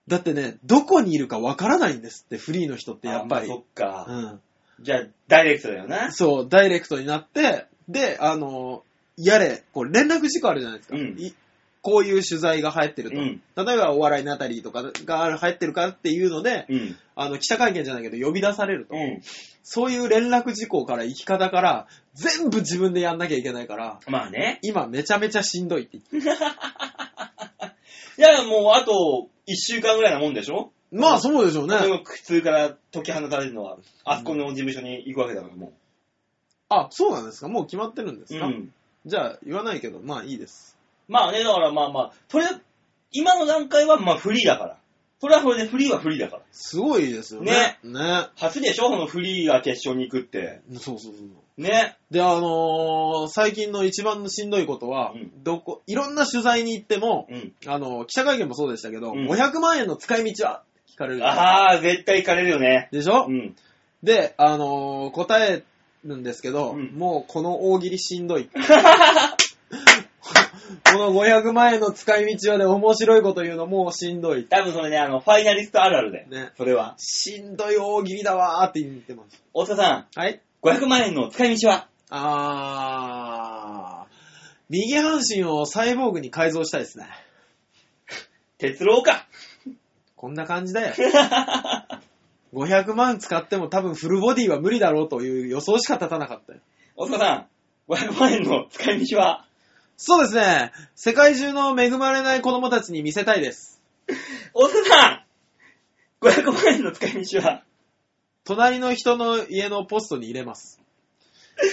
A: だってね、どこにいるかわからないんですって、フリーの人ってやっぱ
B: あ
A: り。
B: まあそっか。
A: うん
B: じゃあ、ダイレクトだよな。
A: そう、ダイレクトになって、で、あの、やれ、こう連絡事項あるじゃないですか。
B: うん
A: いこういう取材が入ってると。
B: うん
A: 例えば、お笑いナタリーとかが入ってるかっていうので、
B: うん。
A: あの、記者会見じゃないけど、呼び出されると。
B: うん。
A: そういう連絡事項から生き方から、全部自分でやんなきゃいけないから、
B: まあね。
A: 今めちゃめちゃしんどいって言って。
B: いや、もうあと、一週間ぐらいなもんでしょ
A: まあ、そうでしょう
B: そ
A: ね。
B: の苦痛から解き放たれるのは、あそこの事務所に行くわけだから、も
A: あ、そうなんですかもう決まってるんで
B: う。
A: す
B: う
A: か、
B: ん。
A: じゃあ、言わないけど、まあいいです。
B: まあね、だからまあまあ、それ、今の段階はまあフリーだから。それはそれでフリーはフリーだから。
A: すごいですよね。ね。
B: 初でしょこのフリーが決勝に行くって。
A: そうそうそう。
B: ね。
A: で、あのー最近の一番のしんどいことは、
B: うん
A: どこ、いろんな取材に行っても、
B: うん。
A: あの、記者会見もそうでしたけど、
B: うん
A: 500万円の使い道は聞かれる。
B: ああ、絶対行かれるよね。
A: でしょ、
B: うん。
A: で、あのー答えるんですけど、
B: うん
A: もうこの大喜利しんどい。この500万円の使い道はね、面白いこと言うのもうしんどい。
B: 多分それね、あの、ファイナリストあるあるで。
A: ね。
B: それは。
A: しんどい大喜利だわーって言ってます。
B: 大塚さん、
A: はい
B: 500万円の使い道は
A: あー、右半身をサイボーグに改造したいですね。
B: 鉄郎か。
A: こんな感じだよ。500万使っても多分フルボディは無理だろうという予想しか立たなかったよ。
B: 大塚さん、500万円の使い道は
A: そうですね。世界中の恵まれない子供たちに見せたいです。
B: 大塚さん、500万円の使い道は
A: 隣の人の家のポストに入れます。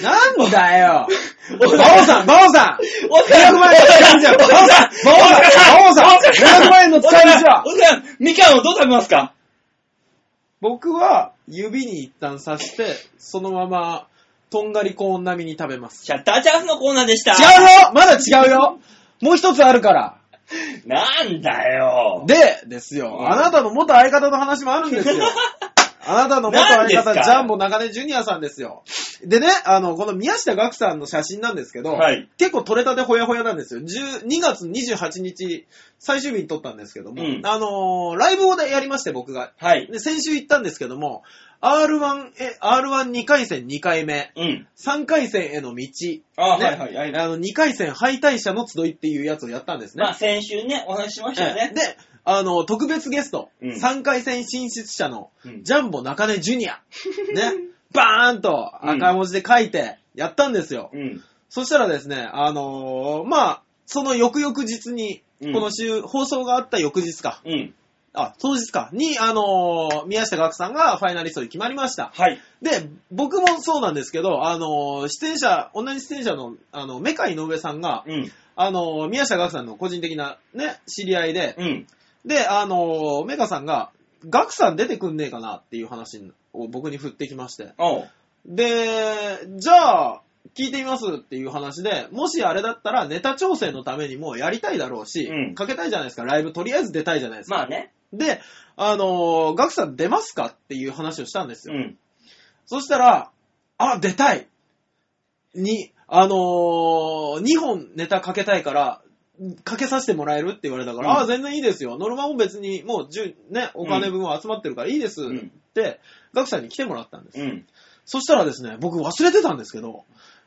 A: なんだよ
B: お
A: バオさんバオさん
B: 大塚さん
A: !500 万円の使い道はバオさんバオさんバオさん !500 万円の使い道は
B: 大塚さん、みかんをどう食べますか
A: 僕は指に一旦刺して、そのまま、とんがりコーン並みに食べます。
B: シャッターチャンスのコーナーでした。
A: 違うよまだ違うよもう一つあるから。
B: なんだよ。
A: で、です
B: うん
A: よ。あなたの元相方の話もあるん ですよ。あなたの元
B: なんです
A: 相
B: か
A: 方、ジャンボ中根ジュニアさんですよ。でね、あの、この宮下岳さんの写真なんですけど、
B: はい
A: 結構撮れたてほやほやなんですよ。10 2月28日、最終日に撮ったんですけども、
B: うん
A: あのーライブをねやりまして、僕が。
B: はい。
A: で、先週行ったんですけども、R1 へ、R12 回戦2回目、
B: うん。
A: 3回戦への道、
B: あー
A: ね
B: はいはいはい。
A: あの、2回戦敗退者の集いっていうやつをやったんですね。
B: まあ先週ね、お話ししましたよ
A: ええ
B: ね。
A: で、あの、特別ゲスト、
B: うん
A: 3回戦進出者の
B: うん
A: ジャンボ中根ジュ ニア、ね、バーンと赤文字で書いてやったんですよ。
B: うん。
A: そしたらですね、あのーまあ、その翌々日に、
B: うん
A: この週、放送があった翌日か、
B: うん。
A: あ、当日か、に、あのー宮下岳さんがファイナリストに決まりました。
B: はい。
A: で、僕もそうなんですけど、あのー出演者、同じ出演者の、あの、メカ井上さんが、
B: うん。
A: あのー宮下岳さんの個人的なね、知り合いで、
B: うん。
A: で、あのーメカさんが、ガクさん出てくんねえかなっていう話を僕に振ってきまして。
B: おう。
A: で、じゃあ、聞いてみますっていう話で、もしあれだったらネタ調整のためにもやりたいだろうし、
B: うん
A: かけたいじゃないですか。ライブとりあえず出たいじゃないですか。
B: まあね。
A: で、あのーガクさん出ますかっていう話をしたんです
B: う
A: よ。
B: ん。
A: そしたら、あ、出たいに、あのー、2本ネタかけたいから、かけさせてもらえるって言われたから、
B: うん
A: あ全然いいですよ。ノルマも別にもう10、ね、お金分は集まってるからいいですっ
B: うん
A: て、ガクさんに来てもらったんです。
B: うん。
A: そしたらですね、僕忘れてたんですけど、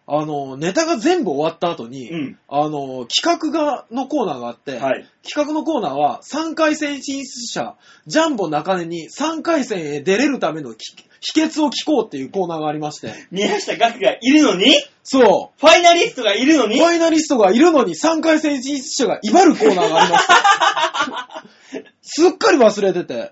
A: あのー、ネタが全部終わった後に、
B: うん。
A: あのー、企画が、のコーナーがあって、
B: はい。
A: 企画のコーナーは3回戦進出者、ジャンボ中根に3回戦へ出れるためのき秘訣を聞こうっていうコーナーがありまして。
B: 宮下岳がいるのに
A: そ
B: ファイナリストがいるの
A: う。
B: に
A: ファイナリストがいるのに3回戦進出者が威張るコーナーがあり ました。すっかり忘れてて。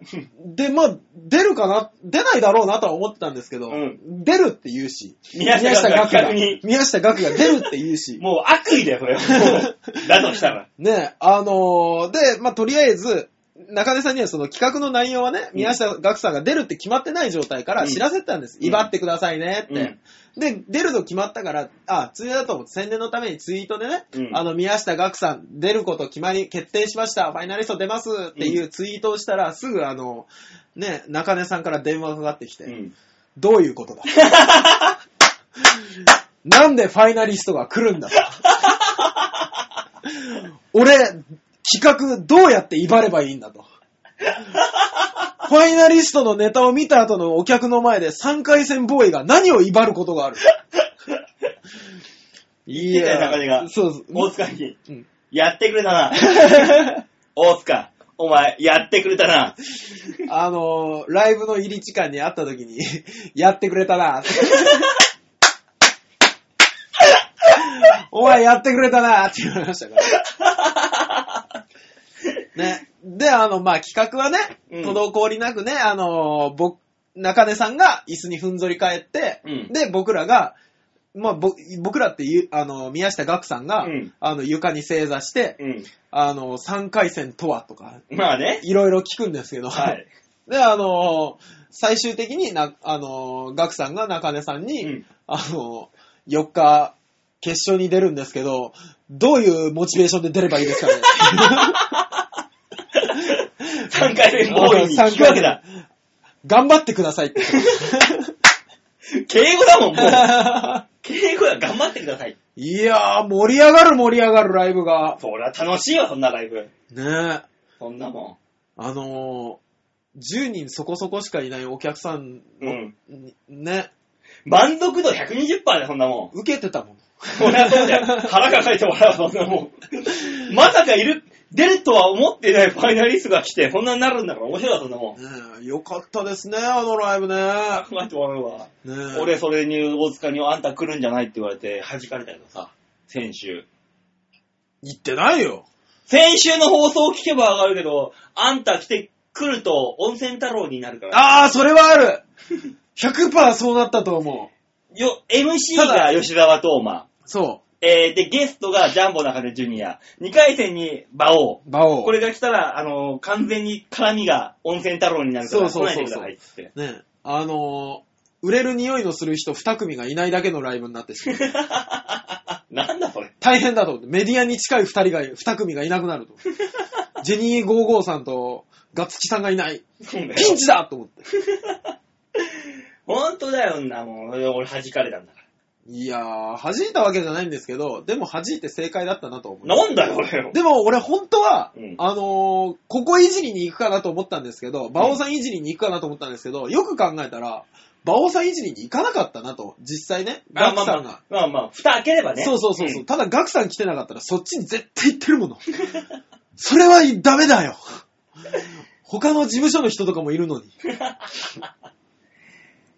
A: で、まあ、出るかな、出ないだろうなとは思ってたんですけど、
B: うん
A: 出るって言うし。
B: 宮下岳が逆に。
A: 宮下岳が出るって言うし。
B: もう悪意だよ、こ れは。もうだとしたら。
A: ね、あのーで、まあ、とりあえず、中根さんにはその企画の内容はね、
B: ん
A: 宮下岳さんが出るって決まってない状態から
B: うん
A: 知らせてたんです。
B: うん
A: 威張ってくださいねって。で、出るの決まったから、あ、ついでだと思って宣伝のためにツイートでね、
B: うん
A: あの、宮下岳さん出ること決まり、決定しました、ファイナリスト出ますっていうツイートをしたら、すぐあの、ね、中根さんから電話がかかってきて、
B: うん。
A: どういうことだなんでファイナリストが来るんだ俺、企画どうやって威張ればいいんだと。ファイナリストのネタを見た後のお客の前で3回戦ボーイが何を威張ることがあるい
B: 言ってたよ中根が
A: そうそう。
B: 大塚に
A: うん、
B: やってくれたな。 大塚、お前、やってくれたな。
A: あのーライブの入り時間に会った時に、 やってくれたな。 お前やってくれたなって言われましたから。ね。で、あの、まあ、企画はね、
B: うん
A: 滞りなくね、あのー僕、中根さんが椅子にふんぞり返って、
B: うん
A: で、僕らが、まあ、ぼ僕らってゆあの、宮下岳さんが、
B: うん
A: あの、床に正座して、
B: う
A: あの、3回戦とはとか、
B: ん。まあね。
A: いろいろ聞くんですけど、
B: はい。
A: で、あの最終的にな、あのガクさんが中根さんに、
B: うん
A: あの4日、決勝に出るんですけど、どういうモチベーションで出ればいいですかね
B: 3回目 もういい。
A: あの
B: 聞くわけだ。
A: 頑張ってください って。
B: 敬語だもん、もう。敬語だ。頑張ってください。
A: いやー、盛り上がる盛り上がるライブが。
B: そりゃ楽しいよ、そんなライブ。
A: ねえ。
B: そんなも
A: あのー、10人そこそこしかいないお客さん
B: ん。うん。
A: に、ね、
B: 満足度120%だよ、そんなもん。
A: 受けてたもん。
B: そりゃそうだよ。腹抱えて笑う、そんなもん。まさかいる、出るとは思ってないファイナリストが来て、こんなになるんだから面白いわ、そんなもん。
A: ねえ、よかったですね、あのライブね。
B: 考えて笑うわ。
A: ねえ
B: 俺、それに大塚にあんた来るんじゃないって言われて弾かれたけどさ、先週。
A: 言ってないよ。
B: 先週の放送を聞けばわかるけど、あんた来て来ると温泉太郎になるから。
A: ああ、それはあ る !100% そうなったと思
B: よ、MC が吉沢東馬。
A: う。そ
B: えー、で、ゲストがジャンボ中根ジュニア。2回戦に馬王。
A: う、馬王。
B: これが来たら、あのー完全に絡みが温泉太郎になるから、
A: そうそうそう
B: 来ないで
A: そう
B: くださいっつって。
A: ね、あのー、売れる匂いのする人2組がいないだけのライブになってし まう。
B: なんだそれ。
A: 大変だと思って。メディアに近い2人が、2組がいなくなると。 ジェニー55さんとガツキさんがいない。
B: そうだ
A: ピン
B: よ。
A: チだと思 って。
B: ほんとだよ、な、もう。俺弾かれたんだか
A: いやー、弾いたわけじゃないんですけど、でも弾いて正解だったなと思う
B: ら。。なんだよ、俺よ。
A: でも俺本当は、
B: うん
A: あのーここいじりに行くかなと思ったんですけど、馬王さんいじりに行くかなと思ったんですけど、よく考えたら、馬王さんいじりに行かなかったなと、実際ね、
B: まあまあま
A: ガクさ
B: あ
A: んが。
B: まあまあ、蓋開ければね。
A: そうそうそうそう、ただガクさん来てなかったらそっちに絶対行ってるもの。 それはダメだよ。他の事務所の人とかもい るのに。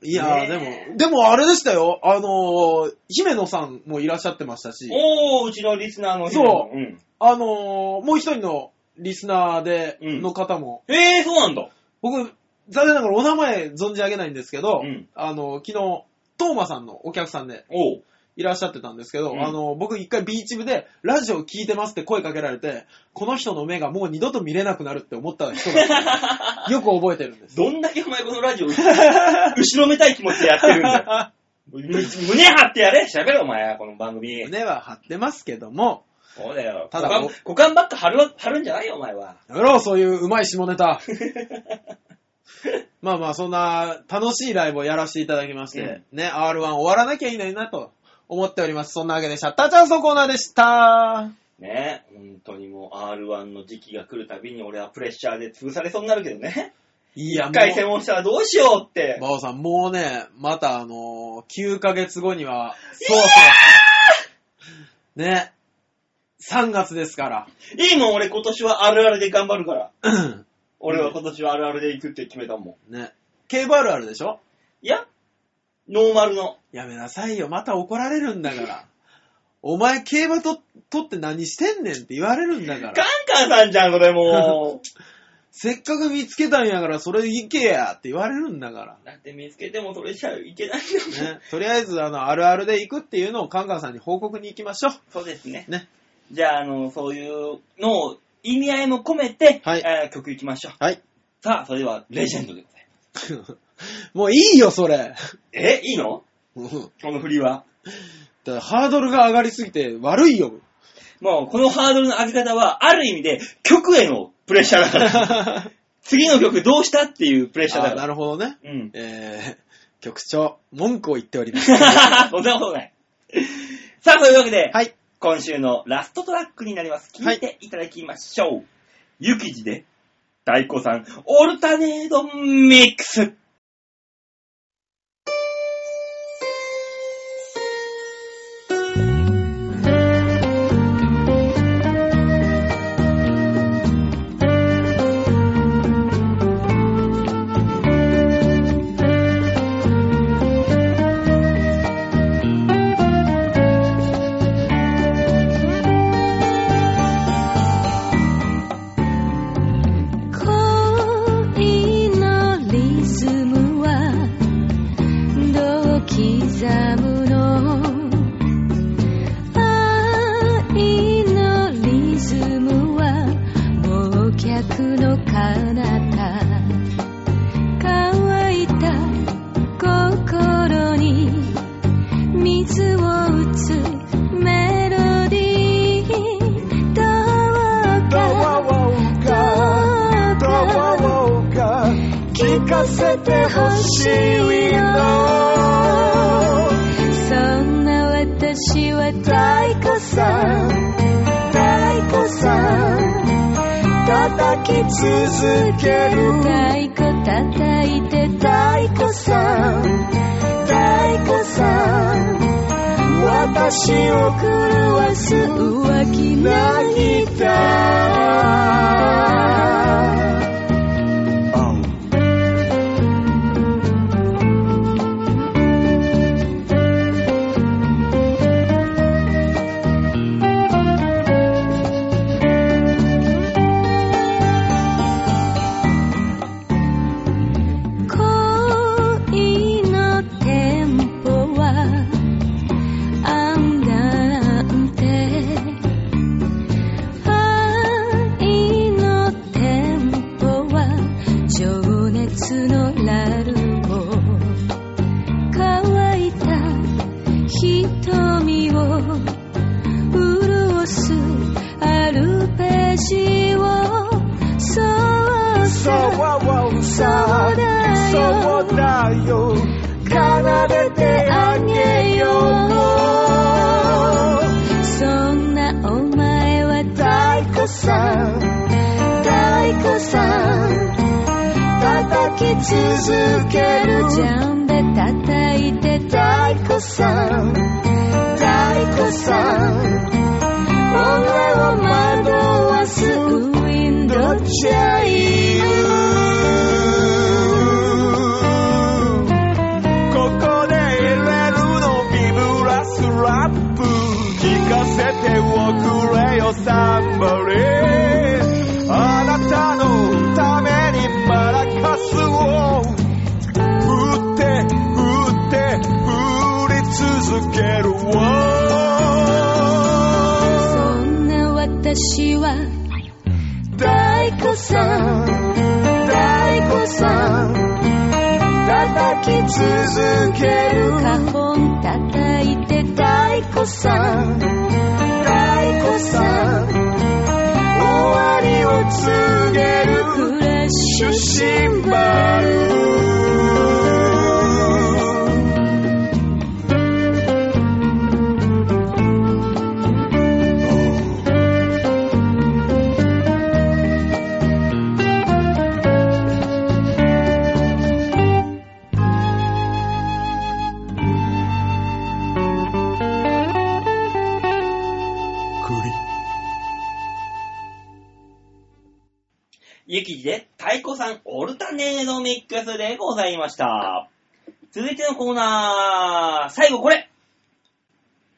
A: いや
B: ね
A: ー、でも、でもあれでしたよ。あのー姫野さんもいらっしゃってましたし。
B: おー、うちのリスナーの人も
A: そう
B: うん。
A: あのーもう一人のリスナーで、
B: うん
A: の方も、
B: えー、そうなんだ。
A: 僕、残念ながらお名前存じ上げないんですけど、
B: うん
A: あのー昨日、トーマさんのお客さんで
B: おう。
A: いらっしゃってたんですけど、
B: うん
A: あのー僕一回ビーチ部で、ラジオ聞いてますって声かけられて、この人の目がもう二度と見れなくなるって思った 人が、よく覚えてるんです。
B: どんだけお前このラ ジオ、後ろめたい気持ちでやってるんだよ。む胸張ってやれ喋れお前、この番組。
A: 胸は張ってますけども、
B: そうだよ。
A: ただ
B: 股間股間ばっか張るわ張るんじゃないよ、お前は。
A: やめろ、そういううまい下ネタ。 まあまあ、そんな楽しいライブをやらせていただきまして、ね、R1 終わらなきゃいいのになと思っております。そんなわけで、シャッターチャンスのコーナーでした。
B: ね本当にもう R1 の時期が来るたびに俺はプレッシャーで潰されそうになるけどね。
A: いや、
B: 一
A: も
B: 回戦をしたらどうしようって
A: う、。バオさん、もうね、またあのー9ヶ月後には、そうそう。ね、3月ですから。
B: いいもん、俺今年はあるあるで頑張るから。
A: うん
B: 俺は今年はあるあるで行くって決めたもん。
A: ね、競馬あるあるでしょ
B: いや、ノーマルの。
A: やめなさいよ、また怒られるんだから。お前、競馬と、とって何してんねんって言われるんだか
B: カ
A: ら。
B: ンカンさんじゃん、これもう。
A: せっかく見つけたんやから、それ行けやって言われるんだか
B: だって見つけてもそれじゃいけない
A: ら。
B: よ。
A: ね。とりあえず、あの、あるあるで行くっていうのをカンカンさんに報告に行きましょう。
B: そうですね。
A: ね
B: じゃあ、あの、そういうのを意味合いも込めて、
A: はい
B: えー曲行きましょう。
A: はい。
B: さあ、それでは、レジェンドでございます。
A: もういいよ、それ。
B: え、いいの
A: うん
B: この振りは。
A: だからハードルが上がりすぎて悪い よ。
B: もう、このハードルの上げ方は、ある意味で、曲へのプレッシャーだ から。次の曲どうしたっていうプレッシャーだ
A: あ
B: か
A: な
B: ら。
A: るほどね。
B: うん。
A: えー、局長、文句を言っており ます。
B: そんな ことない。さあ、というわけで、
A: はい。
B: 今週のラストトラックになります。
A: は
B: 聞
A: い
B: いていただきましょう。ゆきじで、大子さん、オルタネードミックス。
C: 恋のリズてほしいのそんな私は太鼓さん太鼓さん叩き続ける太鼓叩いて太鼓さん太鼓さん私を狂わす浮気なギター恋のテンポは安なんて愛のテンポは情熱のラルゴ乾いた瞳を潤すアルペジオそうさ
D: そう
C: そうだよ
D: そうだよ
C: 奏でてあげようそんなお前は太鼓さん太鼓さん叩き続けるジャンベ叩いて太鼓さん太鼓さん俺を惑わすウィンドチャイル
D: ここで入れるのビブラスラップ聞かせておくれよサンバリあなたのためにマラカスを振って振って振り続けるわ
C: そんな私は太鼓さん太鼓さん叩き続ける花本叩いて太鼓さん太鼓さん終わりを告げるクラッシ
D: シ
C: ュ
D: ュ
C: シ
D: シン
C: ン
D: バ
C: バ
D: ル
C: ル
B: ゆきじで太鼓さんオルタネードミックスでございました。続いてのコーナー、最後これ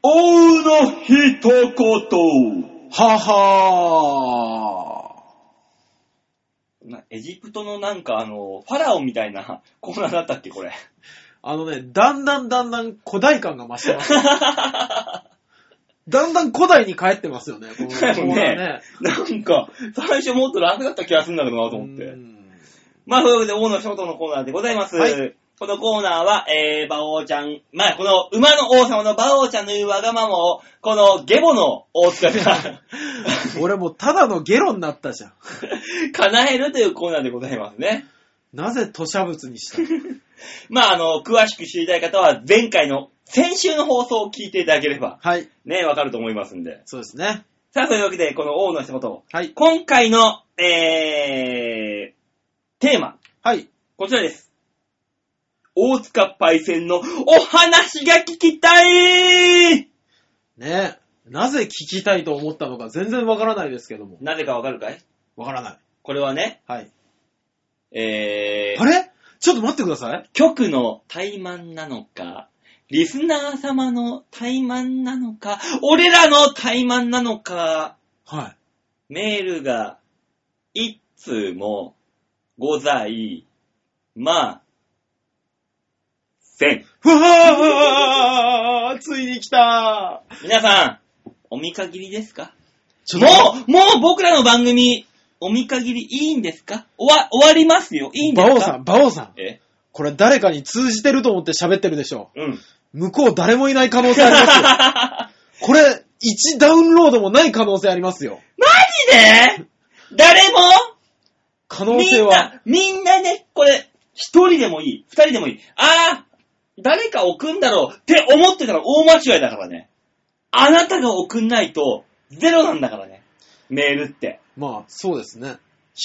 B: 王の一言
A: はは
B: なエジプトのなんかあの、ファラオみたいなコーナーだったっけこれ。
A: ーあのね、だんだんだんだん古代感が増して ます。だんだん古代に帰ってますよね、このコーナーね。
B: なんか、最初もっと楽だった気がするんだけどなと思っ
A: う
B: て。
A: ん
B: まあ、というわけで、王の一言のコーナーでございます。
A: はい
B: このコーナーは、えー、馬王ちゃん、まあ、この馬の王様の馬王ちゃんの言うわがままを、このゲボの大塚が
A: 俺もうただのゲロになったじゃん。
B: 叶えるというコーナーでございますね。
A: なぜ吐砂物に したの
B: まあ、あの、詳しく知りたい方は、前回の、先週の放送を聞いていただければ、
A: はい。
B: ね、わかると思いますんで。
A: そうですね。
B: さあ、というわけで、この王の一言、
A: はい。
B: 今回の、えー、テーマ、
A: はい。
B: こちらです。大塚パイセンのお話が聞きたい
A: ねえ。なぜ聞きたいと思ったのか全然わからないですけども。
B: なぜかわかるかい
A: わからない。
B: これはね、
A: はい。
B: え
A: あ
B: ー、
A: れちょっと待ってください。
B: 局の怠慢なのか、リスナー様の怠慢なのか、俺らの怠慢なのか、
A: はい。
B: メールが、いつも、ござい、ま、せん。
A: ふわーついに来た
B: 皆さん、お見限りですか
A: ちょっと
B: もう、もう僕らの番組、お見限りいいんですか終わ、終わりますよ。いいんです
A: 馬
B: か
A: 王さん、馬王さん。
B: え
A: これ誰かに通じてると思って喋ってるでしょ。
B: うん。
A: 向こう誰もいない 可能性ありますよ。 これ、1ダウンロードもない可能性ありますよ。
B: マジで誰も
A: 可能
B: み
A: 性
B: ん
A: は。
B: な、みんなね、これ、一人でもいい、二人でもいい。あー、誰か置くんだろうって思ってたら大間違いだからね。あなたが送んないと、ゼロなんだからね。メールって。
A: まあ、そうですね。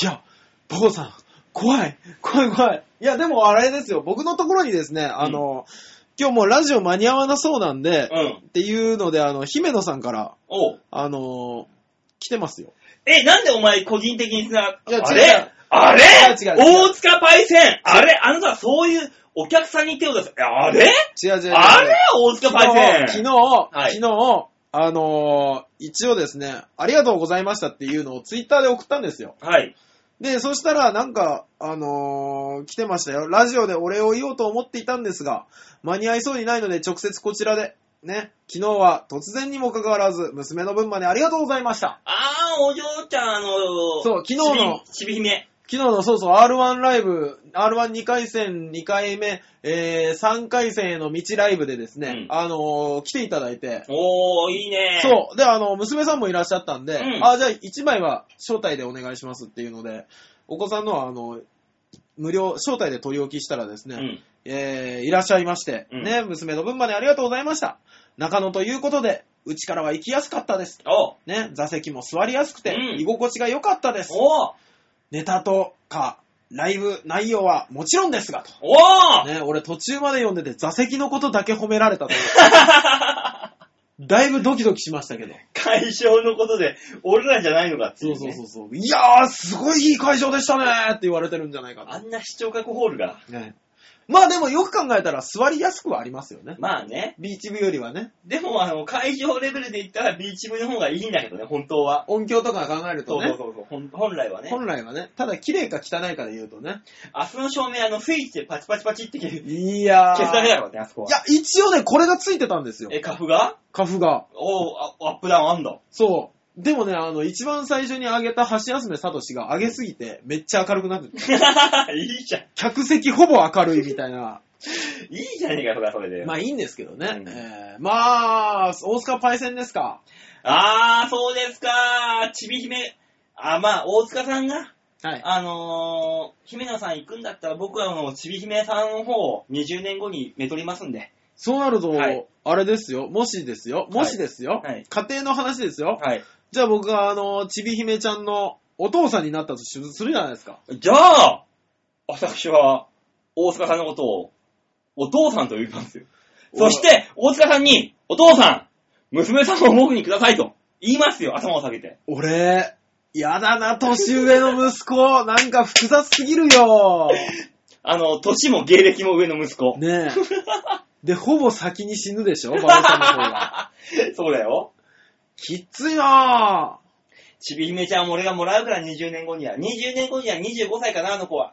A: いや、バコさん、怖い、怖い怖い。いや、でもあれですよ、僕のところにですね、あの、今日もうラジオ間に合わなそうなんで、
B: うん。
A: っていうので、あの、姫野さんから、
B: おう
A: あのー来てますよ。
B: え、なんでお前個人的につな、
A: いや
B: あ
A: 違う
B: れあれ
A: 違う違う違う
B: 大塚パイセンあれあなたはそういうお客さんに手を出す。えあれ
A: 違う違う違う。
B: あれ大塚パイセ
A: 昨日、昨
B: ン
A: 日、
B: はい
A: 昨日あのー一応ですね、ありがとうございましたっていうのをツイッターで送ったんですよ。
B: はい。
A: で、そしたら、なんか、あのー来てましたよ。ラジオでお礼を言おうと思っていたんですが、間に合いそうにないので、直接こちらで。ね。昨日は突然にもかかわらず、娘の分までありがとうございました。
B: あー、お嬢ちゃん、あのー、
A: そう昨日の
B: ちびちび姫。
A: 昨日のそうそう、R1 ライブ、R12 回戦2回目、えー、3回戦への道ライブでですね、
B: うん
A: あのー来ていただいて、
B: おー、いいね。
A: そう。で、あの、娘さんもいらっしゃったんで、
B: うん
A: あ、じゃあ1枚は招待でお願いしますっていうので、お子さんのは、あの、無料、招待で取り置きしたらですね、
B: うん。
A: えーいらっしゃいまして、
B: うん
A: ね、娘の分までありがとうございました。中野ということで、うちからは行きやすかったです。
B: おう
A: ね、座席も座りやすくて、
B: うん
A: 居心地が良かったです。
B: おう
A: ネタとか、ライブ内容はもちろんですが、
B: おー
A: と。ね、俺途中まで読んでて座席のことだけ褒められたと。 だいぶドキドキしましたけど。
B: 解消のことで、俺らじゃないのかってい
A: そう
B: ね、
A: うそうそうそう。いやー、すごいいい会場でしたねーって言われてるんじゃないか
B: あ
A: な。
B: んな視聴覚ホールが。
A: ね、まあでもよく考えたら座りやすくはありますよね。
B: まあね。
A: ビーチ部よりはね、
B: でも、あの、会場レベルで言ったらビーチ部の方がいいんだけどね、本当は。
A: 音響とか考える
B: そ
A: と
B: う
A: ね
B: そう、そうそう、ほん本来はね。
A: 本来はね、ただ綺麗か汚いかで言うとね。
B: 明日の照明、あの、スイッチでパチパチパチって消す
A: いやー。
B: 消すだけだからね、あそこ
A: い
B: は。
A: や、一応ね、これがついてたんですよ。
B: え、カフが
A: カフが。
B: おうあアップダウンあんだ。
A: そう。でもね、あの、一番最初に上げた橋休めさとしが上げすぎて、めっちゃ明るく なって た。
B: いいじゃん。
A: 客席ほぼ明るいみたいな。
B: いいじゃねえか、それはそれで。
A: まあいいんですけどね。
B: うん
A: えーまあ、大塚パイセンですか。
B: あー、そうですか。ちび姫。あ、まあ、大塚さんが、
A: はい。
B: あのー、姫野さん行くんだったら僕はあの、ちび姫さんの方を20年後にめとりますんで。
A: そうなると、
B: はい
A: あれですよ、もしですよ、もしですよ、
B: はい
A: 家庭の話ですよ。
B: はい。
A: じゃあ僕が、あの、ちびひめちゃんのお父さんになったとするじゃないですか。
B: じゃあ、私は、大塚さんのことを、お父さんと呼びますよ。そして、大塚さんに、お父さん、娘さんを僕にくださいと、言いますよ、頭を下げて。
A: 俺、やだな、年上の息子。なんか複雑すぎるよ。
B: あの、年も芸歴も上の息子。
A: ねえ。で、ほぼ先に死ぬでしょ、ばあさんの方が。
B: そうだよ。
A: きっついなぁ。
B: ちびひめちゃんも俺がもらうから20年後には。20年後には25歳かな、あの子は。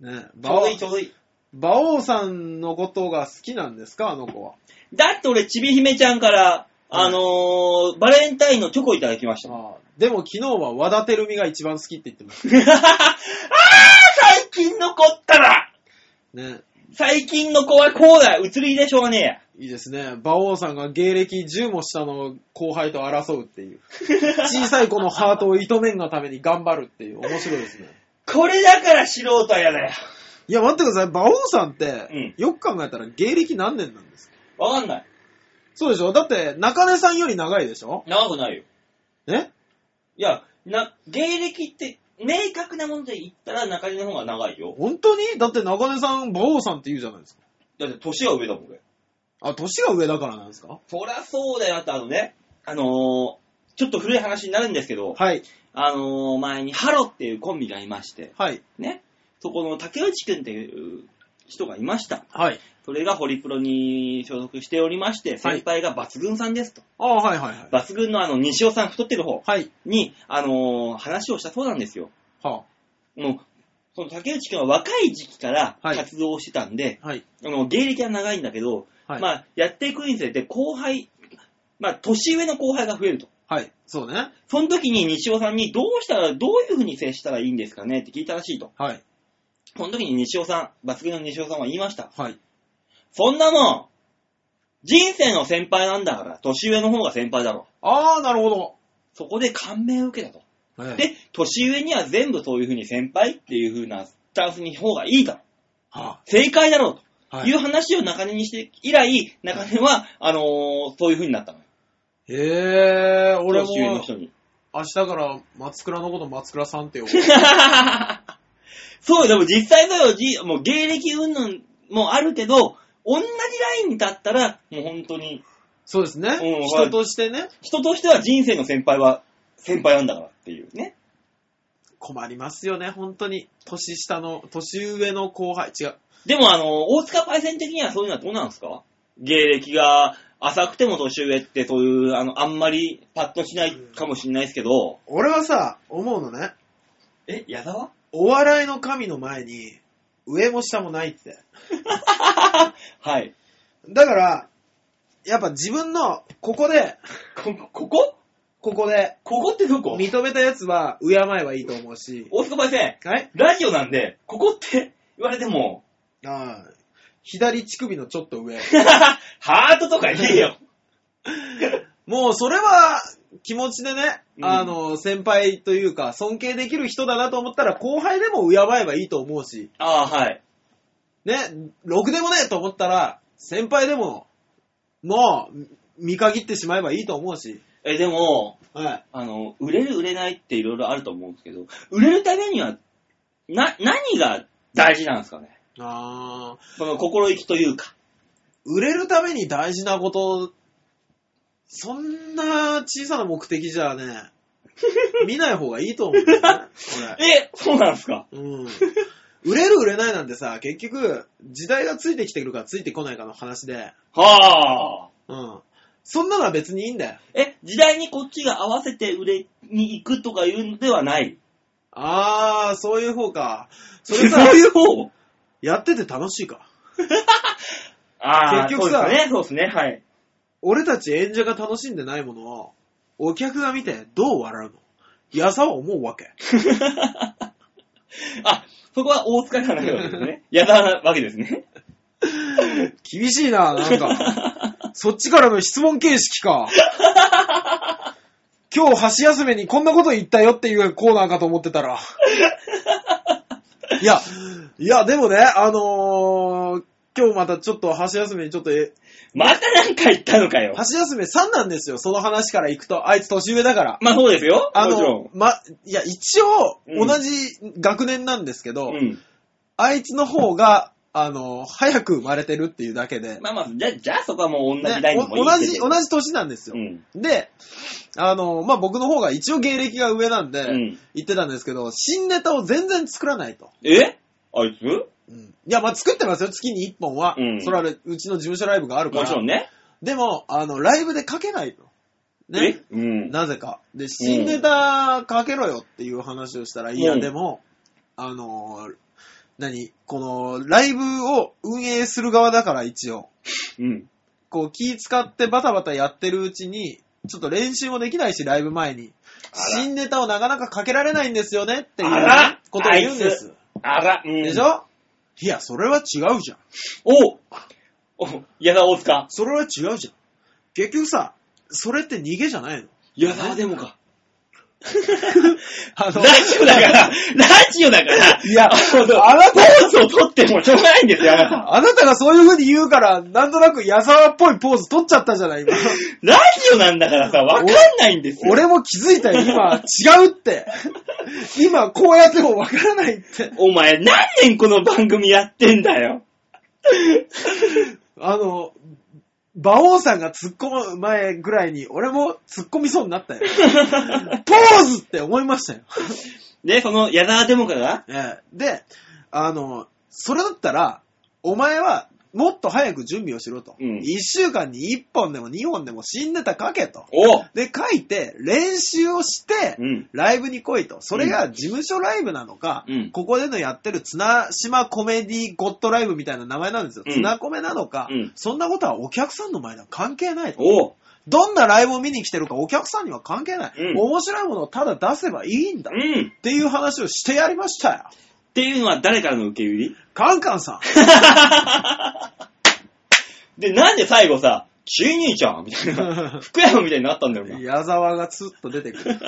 A: ね
B: ち
A: え、ば
B: ょう
A: お
B: どいい、ちょうどいい。
A: 馬王さんのことが好きなんですか、あの子は。
B: だって俺、ちびひめちゃんから、
A: はい
B: あのー、バレンタインのチョコいただきました。
A: ああでも昨日は和田てるみが一番好きって言ってました。
B: あー最近の子ったら
A: ね
B: 最近の子はこうだ移りでしょうがねえや。
A: いいですね。馬王さんが芸歴10も下の後輩と争うっていう。小さい子のハートを射止めんがために頑張るっていう。面白いですね。
B: これだから素人は嫌だよ。
A: いや、待ってください。馬王さんって、
B: うん
A: よく考えたら芸歴何年なんですか
B: わかんない。
A: そうでしょだって、中根さんより長いでしょ
B: 長くないよ。
A: え
B: いや、な、芸歴って、明確なもので言ったら中根の方が長いよ。
A: 本当にだって中根さん、馬王さんって言うじゃないですか。
B: だって年は上だもん、俺。
A: あ、年が上だからなんですか
B: そりゃそうだよ。だってあのね、あのー、ちょっと古い話になるんですけど、
A: はい。
B: あのー、前にハロっていうコンビがいまして、
A: はい。
B: ね、そこの竹内くんっていう人がいました。
A: はい。
B: それがホリプロに所属しておりまして、先輩が抜群さんですと。
A: ああ、はいはいはい。
B: 抜群のあの、西尾さん太ってる方
A: はい。
B: に、あのー話をしたそうなんですよ。
A: は
B: もう、その竹内くんは若い時期から
A: はい
B: 活動をしてたんで、
A: あ、はい。
B: あの、芸歴は長いんだけど、
A: はい。
B: まあ、やっていくにつれて後輩、まあ、年上の後輩が増えると。
A: はい。そうね。
B: その時に西尾さんにどうしたら、どういうふうに接したらいいんですかねって聞いたらしいと。
A: はい。
B: その時に西尾さん、抜群の西尾さんは言いました。
A: はい。
B: そんなもん、人生の先輩なんだから、年上の方が先輩だろ。
A: ああ、なるほど。
B: そこで感銘を受けたと。
A: ええ
B: で、年上には全部そういう風に先輩っていう風なスタンスに方がいいだろ。
A: は
B: 正解だろうと。
A: あ
B: い、う話を中根にして以来、中根は、あのーそういう風になったのよ。
A: えー、俺
B: 教習の
A: も
B: 人に。
A: 明日から松倉のこと松倉さんって呼ぶ。
B: そうよ、でも実際そうよじ、もう芸歴云々もあるけど、同じラインに立ったら、もう本当に、
A: そうですね
B: うん。
A: 人としてね、
B: 人としては人生の先輩は、先輩なんだからっていうね。
A: 困りますよね、本当に。年下の、年上の後輩、違う。
B: でもあの、大塚パイセン的にはそういうのはどうなんですか芸歴が浅くても年上ってそういう、あの、あんまりパッとしないかもしれないですけど。
A: 俺はさ、思うのね、
B: え、矢沢
A: お笑いの神の前に、上も下もないって。
B: はい。
A: だから、やっぱ自分の、ここで、
B: こ、ここ
A: ここで、
B: ここってどこ
A: 認めたやつは、敬えばいいと思うし、
B: 大塚パイセン、
A: はい
B: ラジオなんで、ここって言われても、
A: あー左乳首のちょっと 上。
B: ハートとか言えよ。
A: もうそれは気持ちでね、
B: うん
A: あの、先輩というか、尊敬できる人だなと思ったら、後輩でも敬えばいいと思うし、
B: ああ、はい。
A: ね、ろくでもねえと思ったら、先輩でも、もう、見限ってしまえばいいと思うし、
B: え、でも、
A: はい。
B: あの、売れる売れないっていろいろあると思うんですけど、売れるためには、な、何が大事なんですかね
A: あー
B: その心意気というか。
A: 売れるために大事なこと、そんな小さな目的じゃね、 見ない方がいいと思うんだよね、これ。
B: え、そうなんですか
A: うん。売れる売れないなんてさ、結局、時代がついてきてるかついてこないかの話で、
B: はあ。
A: うん。そんなのは別にいいんだよ。
B: え、時代にこっちが合わせて売れに行くとか言うのではない。
A: あー、そういう方か。それさ、
B: いう方
A: やってて楽しいか。
B: ああ、
A: 結局さ
B: そうですね、そうですね、はい。
A: 俺たち演者が楽しんでないものを、お客が見てどう笑うのやさは思うわけ。
B: あ、そこは大塚じゃないわけです ね。矢沢なわけですね。
A: 厳しいな、なんか。 そっちからの質問形式か。今日箸休めにこんなこと言ったよっていうコーナーかと思ってた ら。いや、いや、でもね、あのー今日またちょっと箸休めにちょっと、え
B: またなんか言ったのかよ。
A: 箸休め3なんですよ、その話から行くと。あいつ年上だから。
B: まあそうですよ。
A: あ
B: もちろ
A: の、ま、いや、一応、
B: うん
A: 同じ学年なんですけど、
B: ん。うん。
A: あいつの方が、あのー早く生まれてるっていうだけで、
B: まあまあ、じゃあ、じゃあそこはもう同じラ
A: ね
B: インでもい
A: お
B: い
A: 同
B: け
A: じ、
B: ど
A: 同じ年なんですよ。
B: うん。
A: で、あの、まあ、僕の方が一応芸歴が上なんで、
B: うん
A: 言ってたんですけど、新ネタを全然作らないと。
B: えあいつ
A: いや、まあ、作ってますよ、月に1本は。
B: うん
A: それはうちの事務所ライブがあるか
B: も
A: ら。
B: ちろんね。
A: でも、あの、ライブで書けないと。ね。
B: えうん。
A: なぜか。で、新ネタ書けろよっていう話をしたら、いや、
B: うん
A: でも、あの、何この、ライブを運営する側だから、一応。
B: うん。
A: こう気使ってバタバタやってるうちに、ちょっと練習もできないし、ライブ前に。
B: あら
A: 新ネタをなかなかかけられないんですよねっていう
B: あら
A: ことを言うんです。
B: あら、うん。
A: でしょいや、それは違うじゃん。
B: おお矢沢大塚。
A: それは違うじゃん。結局さ、それって逃げじゃないの
B: 矢沢でもか。
A: あ
B: ラジオだから、ラジオだから、
A: いや、
B: あの
A: あなた
B: ポーズを取ってもしょうがないんですよ、あなた。
A: あなたがそういう風に言うから、なんとなく矢沢っぽいポーズ取っちゃったじ ゃない、今。
B: ラジオなんだからさ、わかんないんですよ。
A: 俺も気づいたよ、今。違うって。今、こうやってもわからないって。
B: お前、何年この番組やってんだよ。
A: あの、馬王さんが突っ込む前ぐらいに、俺も突っ込みそうに なったよ。ポーズって思いましたよ。
B: で、その矢沢デモカが、
A: ええで、あの、それだったら、お前はもっと早く準備をしろと。
B: うん
A: 1週間に1本でも2本でも新ネタ書けと。
B: お
A: で、書いて、練習をして、
B: うん
A: ライブに来いと。それが事務所ライブなのか、
B: うん
A: ここでのやってる綱島コメディゴッドライブみたいな名前なんですよ。
B: うん
A: 綱コメなのか、
B: うん
A: そんなことはお客さんの前では関係ないと。
B: お
A: どんなライブを見に来てるかお客さんには関係ない。
B: うん
A: 面白いものをただ出せばいいんだ。
B: う
A: っ
B: ん。
A: ていう話をしてやりましたよ。
B: っていうのは誰からの受け売り
A: カンカンさん。
B: で、なんで最後さ、チーニーちゃんみたい な、福山 みたいになったんだよな。
A: 矢沢がツッと出てくる。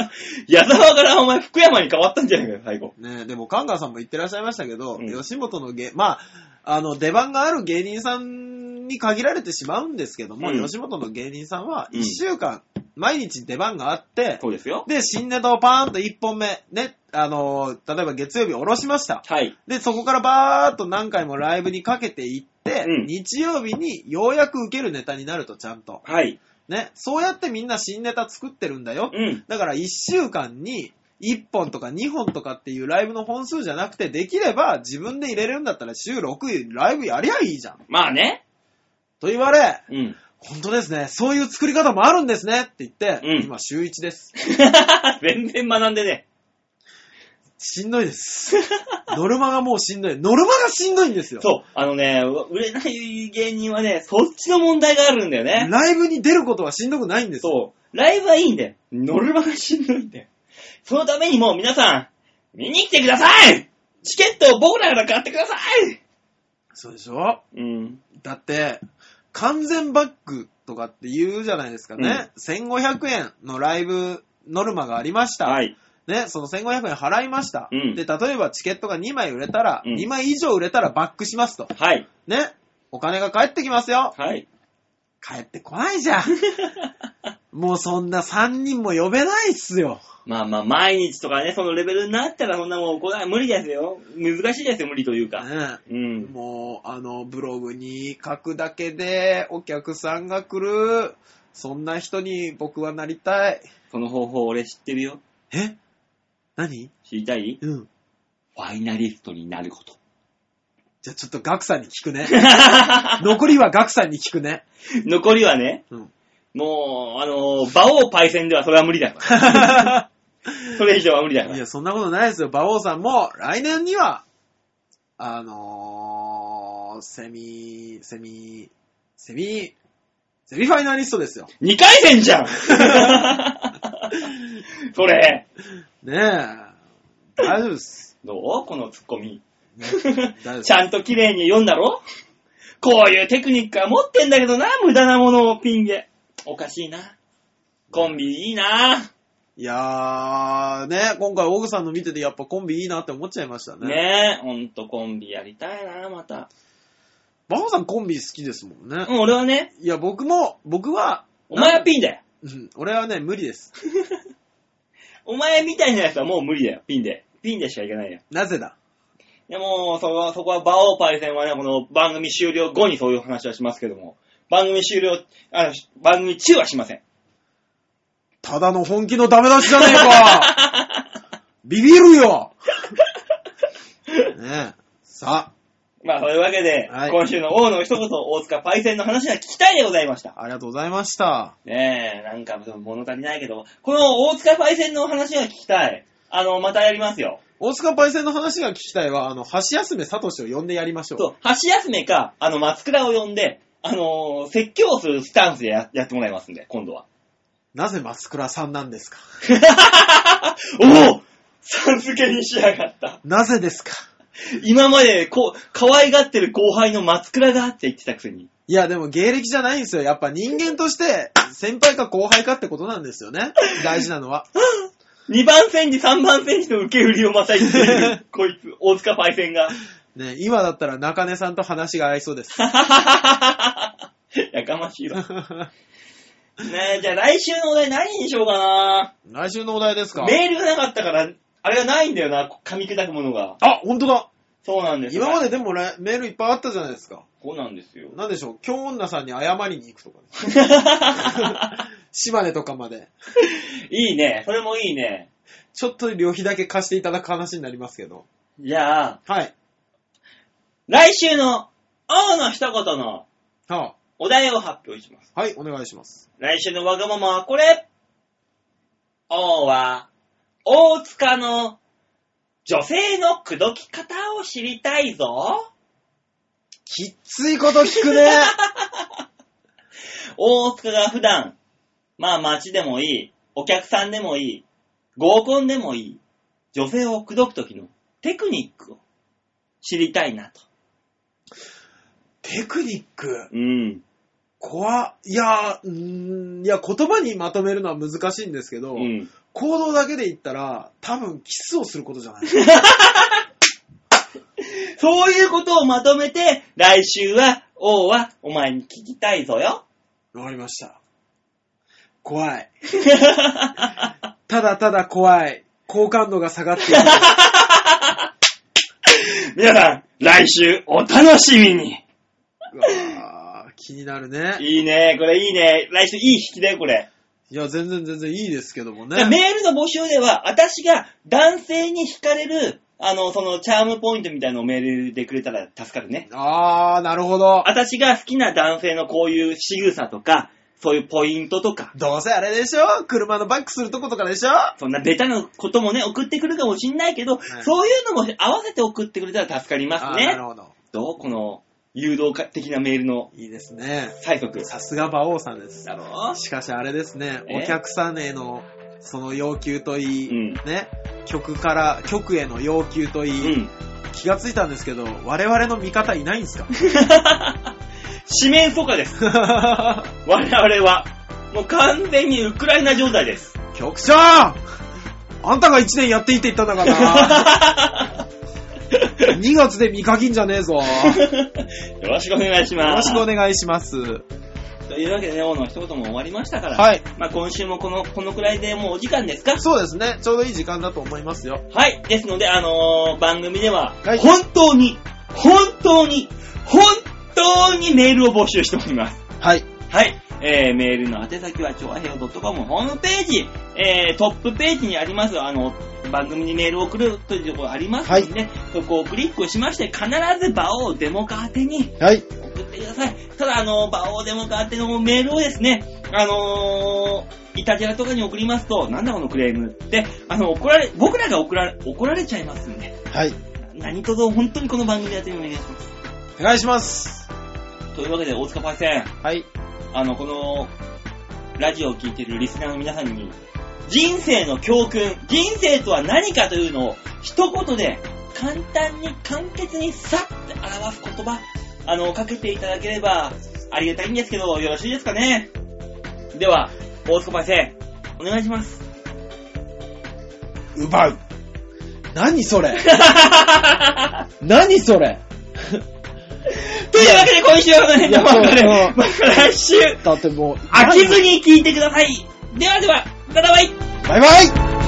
B: 矢沢からお前福山に変わったんじゃないかよ、最後。
A: ねえでもカンカンさんも言ってらっしゃいましたけど、
B: うん
A: 吉本の芸、まあ、あの、出番がある芸人さんに限られてしまうんですけども、
B: うん
A: 吉本の芸人さんは
B: うん
A: 1週間、毎日出番があって、
B: そうですよ。
A: で、新ネタをパーンと1本目、ね、あの、例えば月曜日下ろしました。
B: はい。
A: で、そこからバーっと何回もライブにかけていって、
B: うん
A: 日曜日にようやく受けるネタになるとちゃんと。
B: はい。
A: ね、そうやってみんな新ネタ作ってるんだよ。
B: うん。
A: だから1週間に1本とか2本とかっていうライブの本数じゃなくて、できれば自分で入れるんだったら週6ライブやりゃいいじゃん。
B: まあね。
A: と言われ、
B: うん。
A: 本当ですね、そういう作り方もあるんですねって言って、
B: うん
A: 今週1です。
B: 全然学んでね。
A: しんどいです。ノルマがもうしんどい。ノルマがしんどいんですよ。
B: そう。あのね、売れない芸人はね、そっちの問題があるんだよね。
A: ライブに出ることはしんどくないんですよ。
B: そう。ライブはいいんだよ。ノルマがしんどいんだよ。そのためにもう皆さん、見に来てくださいチケットを僕らから買ってください
A: そうでしょ
B: うん。
A: だって、完全バックとかって言うじゃないですかね。1500円のライブノルマがありました。
B: はい。
A: ね、その1500円払いました。
B: うん
A: で、例えばチケットが2枚売れたら、
B: うん
A: 2枚以上売れたらバックしますと。
B: はい。
A: ね、お金が返ってきますよ。
B: はい。
A: 返ってこない じゃん。もうそんな3人も呼べないっすよ。
B: まあまあ、毎日とかね、そのレベルになったらそんなもう来ない。無理ですよ。難しいですよ、無理というか。
A: ね
B: うん。
A: もう、あの、ブログに書くだけでお客さんが来る。そんな人に僕はなりたい。
B: その方法俺知ってるよ。
A: え何
B: 知りたい
A: うん。
B: ファイナリストになること。
A: じゃあちょっとガクさんに聞 くね。残りはガクさんに聞くね。
B: 残りはね、
A: うん。
B: もう、あのー、馬王パイセンではそれは無理 だから。それ以上は無理だか
A: い
B: ら
A: や、。そんなことないですよ。馬王さんも、来年には、あのー、セミ、セミ、セミ、セミファイナリストですよ。
B: 二回戦 じゃんそれ。
A: ねえ。大丈夫です。
B: どうこのツッコミ。
A: ね、大丈夫で
B: ち
A: す。
B: ゃんと綺麗に読んだろこういうテクニックは持ってんだけどな、無駄なものをピンで。おかしいな。コンビいいな。
A: いやー、ね、今回、オグさんの見てて、やっぱコンビいいなって思っちゃいましたね。
B: ねえ、ほんとコンビやりたいな、ま た。
A: 馬王さんコンビ好きですもんね。
B: うん、俺はね、
A: いや、僕も、僕は、
B: お前はピンだよ。
A: うん、俺はね、無理です。
B: お前みたいなやつはもう無理だよ、ピンで。ピンでしかいけないよ。
A: なぜだ
B: でも、そこは、そこは、バオパイセンはね、この番組終了後にそういう話はしますけども、番組終了、あの、番組中はしません。
A: ただの本気のダメ出しじゃねえか ビビるよ ねえ。さ
B: まあ、そういうわけで、
A: はい
B: 今週の王の一言、大塚パイセンの話は聞きたいでございました。
A: あ、ありがとうございました。
B: ねえ、なんか物足りないけど、この大塚パイセンの話は聞きたい。あの、またやりますよ。
A: 大塚パイセンの話が聞きたいは、あの、橋休めさとしを呼んでやりましょう。
B: そう、橋休めか、あの、松倉を呼んで、あのー説教するスタンスでややってもらいますんで、今度は。
A: なぜ松倉さんなんですか
B: おおさん付けにしやがった。
A: なぜですか
B: 今まで、こう、可愛がってる後輩の松倉がって言ってたくせに。
A: いや、でも芸歴じゃないんですよ。やっぱ人間として、先輩か後輩かってことなんですよね。大事なのは。
B: 2番戦時、3番戦時の受け売りをまた言ってい る、こいつ、大塚パイセンが。
A: ね、今だったら中根さんと話が合いそうです。
B: やかましいわ。ねえ、じゃあ来週のお題何にしようかな
A: 来週のお題ですか
B: メールがなかったから、あれがないんだよな、噛み砕くものが。
A: あ、本当だ
B: そうなんですよ
A: 今まででもねメールいっぱいあったじゃないですか。
B: そうなんです よ。
A: なんでしょう、京女さんに謝りに行くとかね。島根とかまで。
B: いいね。それもいいね。
A: ちょっと旅費だけ貸していただく話になりますけど。
B: じゃあ、
A: はい。
B: 来週の、王の一言の
A: は
B: お題を発表します。
A: あ、はい、お願いします。
B: 来週のわがままはこれ王は、大塚の女性の口説き方を知りたいぞ。
A: きっついこと聞くね
B: 大塚が普段、まあ街でもいい、お客さんでもいい、合コンでもいい、女性を口説くときのテクニックを知りたいなと。
A: テクニック、
B: うん。
A: 怖っいやー、うーん、いや、言葉にまとめるのは難しいんですけど、
B: うん。
A: 行動だけで言ったら、多分キスをすることじゃない
B: そういうことをまとめて、来週は、王はお前に聞きたいぞ よ。
A: わかりました。怖い。ただただ怖い。好感度が下が っている。
B: 皆さん、来週お楽しみに。
A: うわー気になるね。
B: いいね、これいいね。来週いい引きだよ、これ。
A: いや、全然全然いいですけども
B: だから
A: ね。
B: メールの募集では、私が男性に惹かれる、あの、その、チャームポイントみたいなのをメールでくれたら助かるね。
A: あー、なるほど。
B: 私が好きな男性のこういう仕草とか、そういうポイントとか、
A: どうせあれでしょ車のバックするとことかでしょ
B: そんなベタなこともね、送ってくるかもしんないけど、
A: い
B: そういうのも合わせて送ってくれたら助かりま
A: あ
B: す
A: ーな
B: ね
A: る。ほど。
B: どうこの、誘導的なメールの
A: いいですね。
B: 最速。
A: さすが馬王さんです。
B: だろ
A: しかしあれですね、
B: え
A: お客さんへのその要求といい、
B: うん
A: ね、曲から、曲への要求というい、
B: ん。
A: 気がついたんですけど、我々の味方いないんですか
B: 四面楚歌です。我々は。もう完全にウクライナ状態です。
A: 局長あんたが1年やっていいって言ったんだから な。2月で見限んじゃねえぞ。よ
B: よろしくお願いしま
A: ろ
B: す。
A: しくお願いします。
B: というわけでね、王の一言も終わりましたから、
A: はい。
B: まあ今週もこの、このくらいでもうお時間ですか
A: そうですね。ちょうどいい時間だと思いますよ。
B: はい。ですので、あのー番組では、
A: はい
B: 本当に、本当に、本当にメールを募集しております。
A: はい。
B: はい。えー、メールの宛先は、超平洋 .com ホームページ、えー、トップページにあります、あの、番組にメールを送るというところがありますので、ねそこをクリックしまして、必ず場をデモカ宛てに、
A: はい。
B: 送ってください。ただ、あの、馬王デモカーってのメールをですね、あのー、イタジラとかに送りますと、なんだこのクレームって、あの、怒られ、僕らが怒られ、怒られちゃいますんで、
A: はい。
B: 何とぞ本当にこの番組でやってみお願いします。
A: お願いします。
B: というわけで、大塚パイセン、
A: はい。
B: あの、この、ラジオを聴いているリスナーの皆さんに、人生の教訓、人生とは何かというのを、一言で、簡単に、簡潔に、さって表す言葉、あの、かけていただければ、ありがたいんですけど、よろしいですかねでは、大塚パイセン、お願いします。
A: 奪う。何そ れ何それ
B: というわけで、今週はこの辺で
A: いやそう
B: 終わ
A: う
B: り
A: ん
B: また来週、
A: だってもう、
B: 飽きずに聞いてください。ではでは、バイバイ
A: バイバイ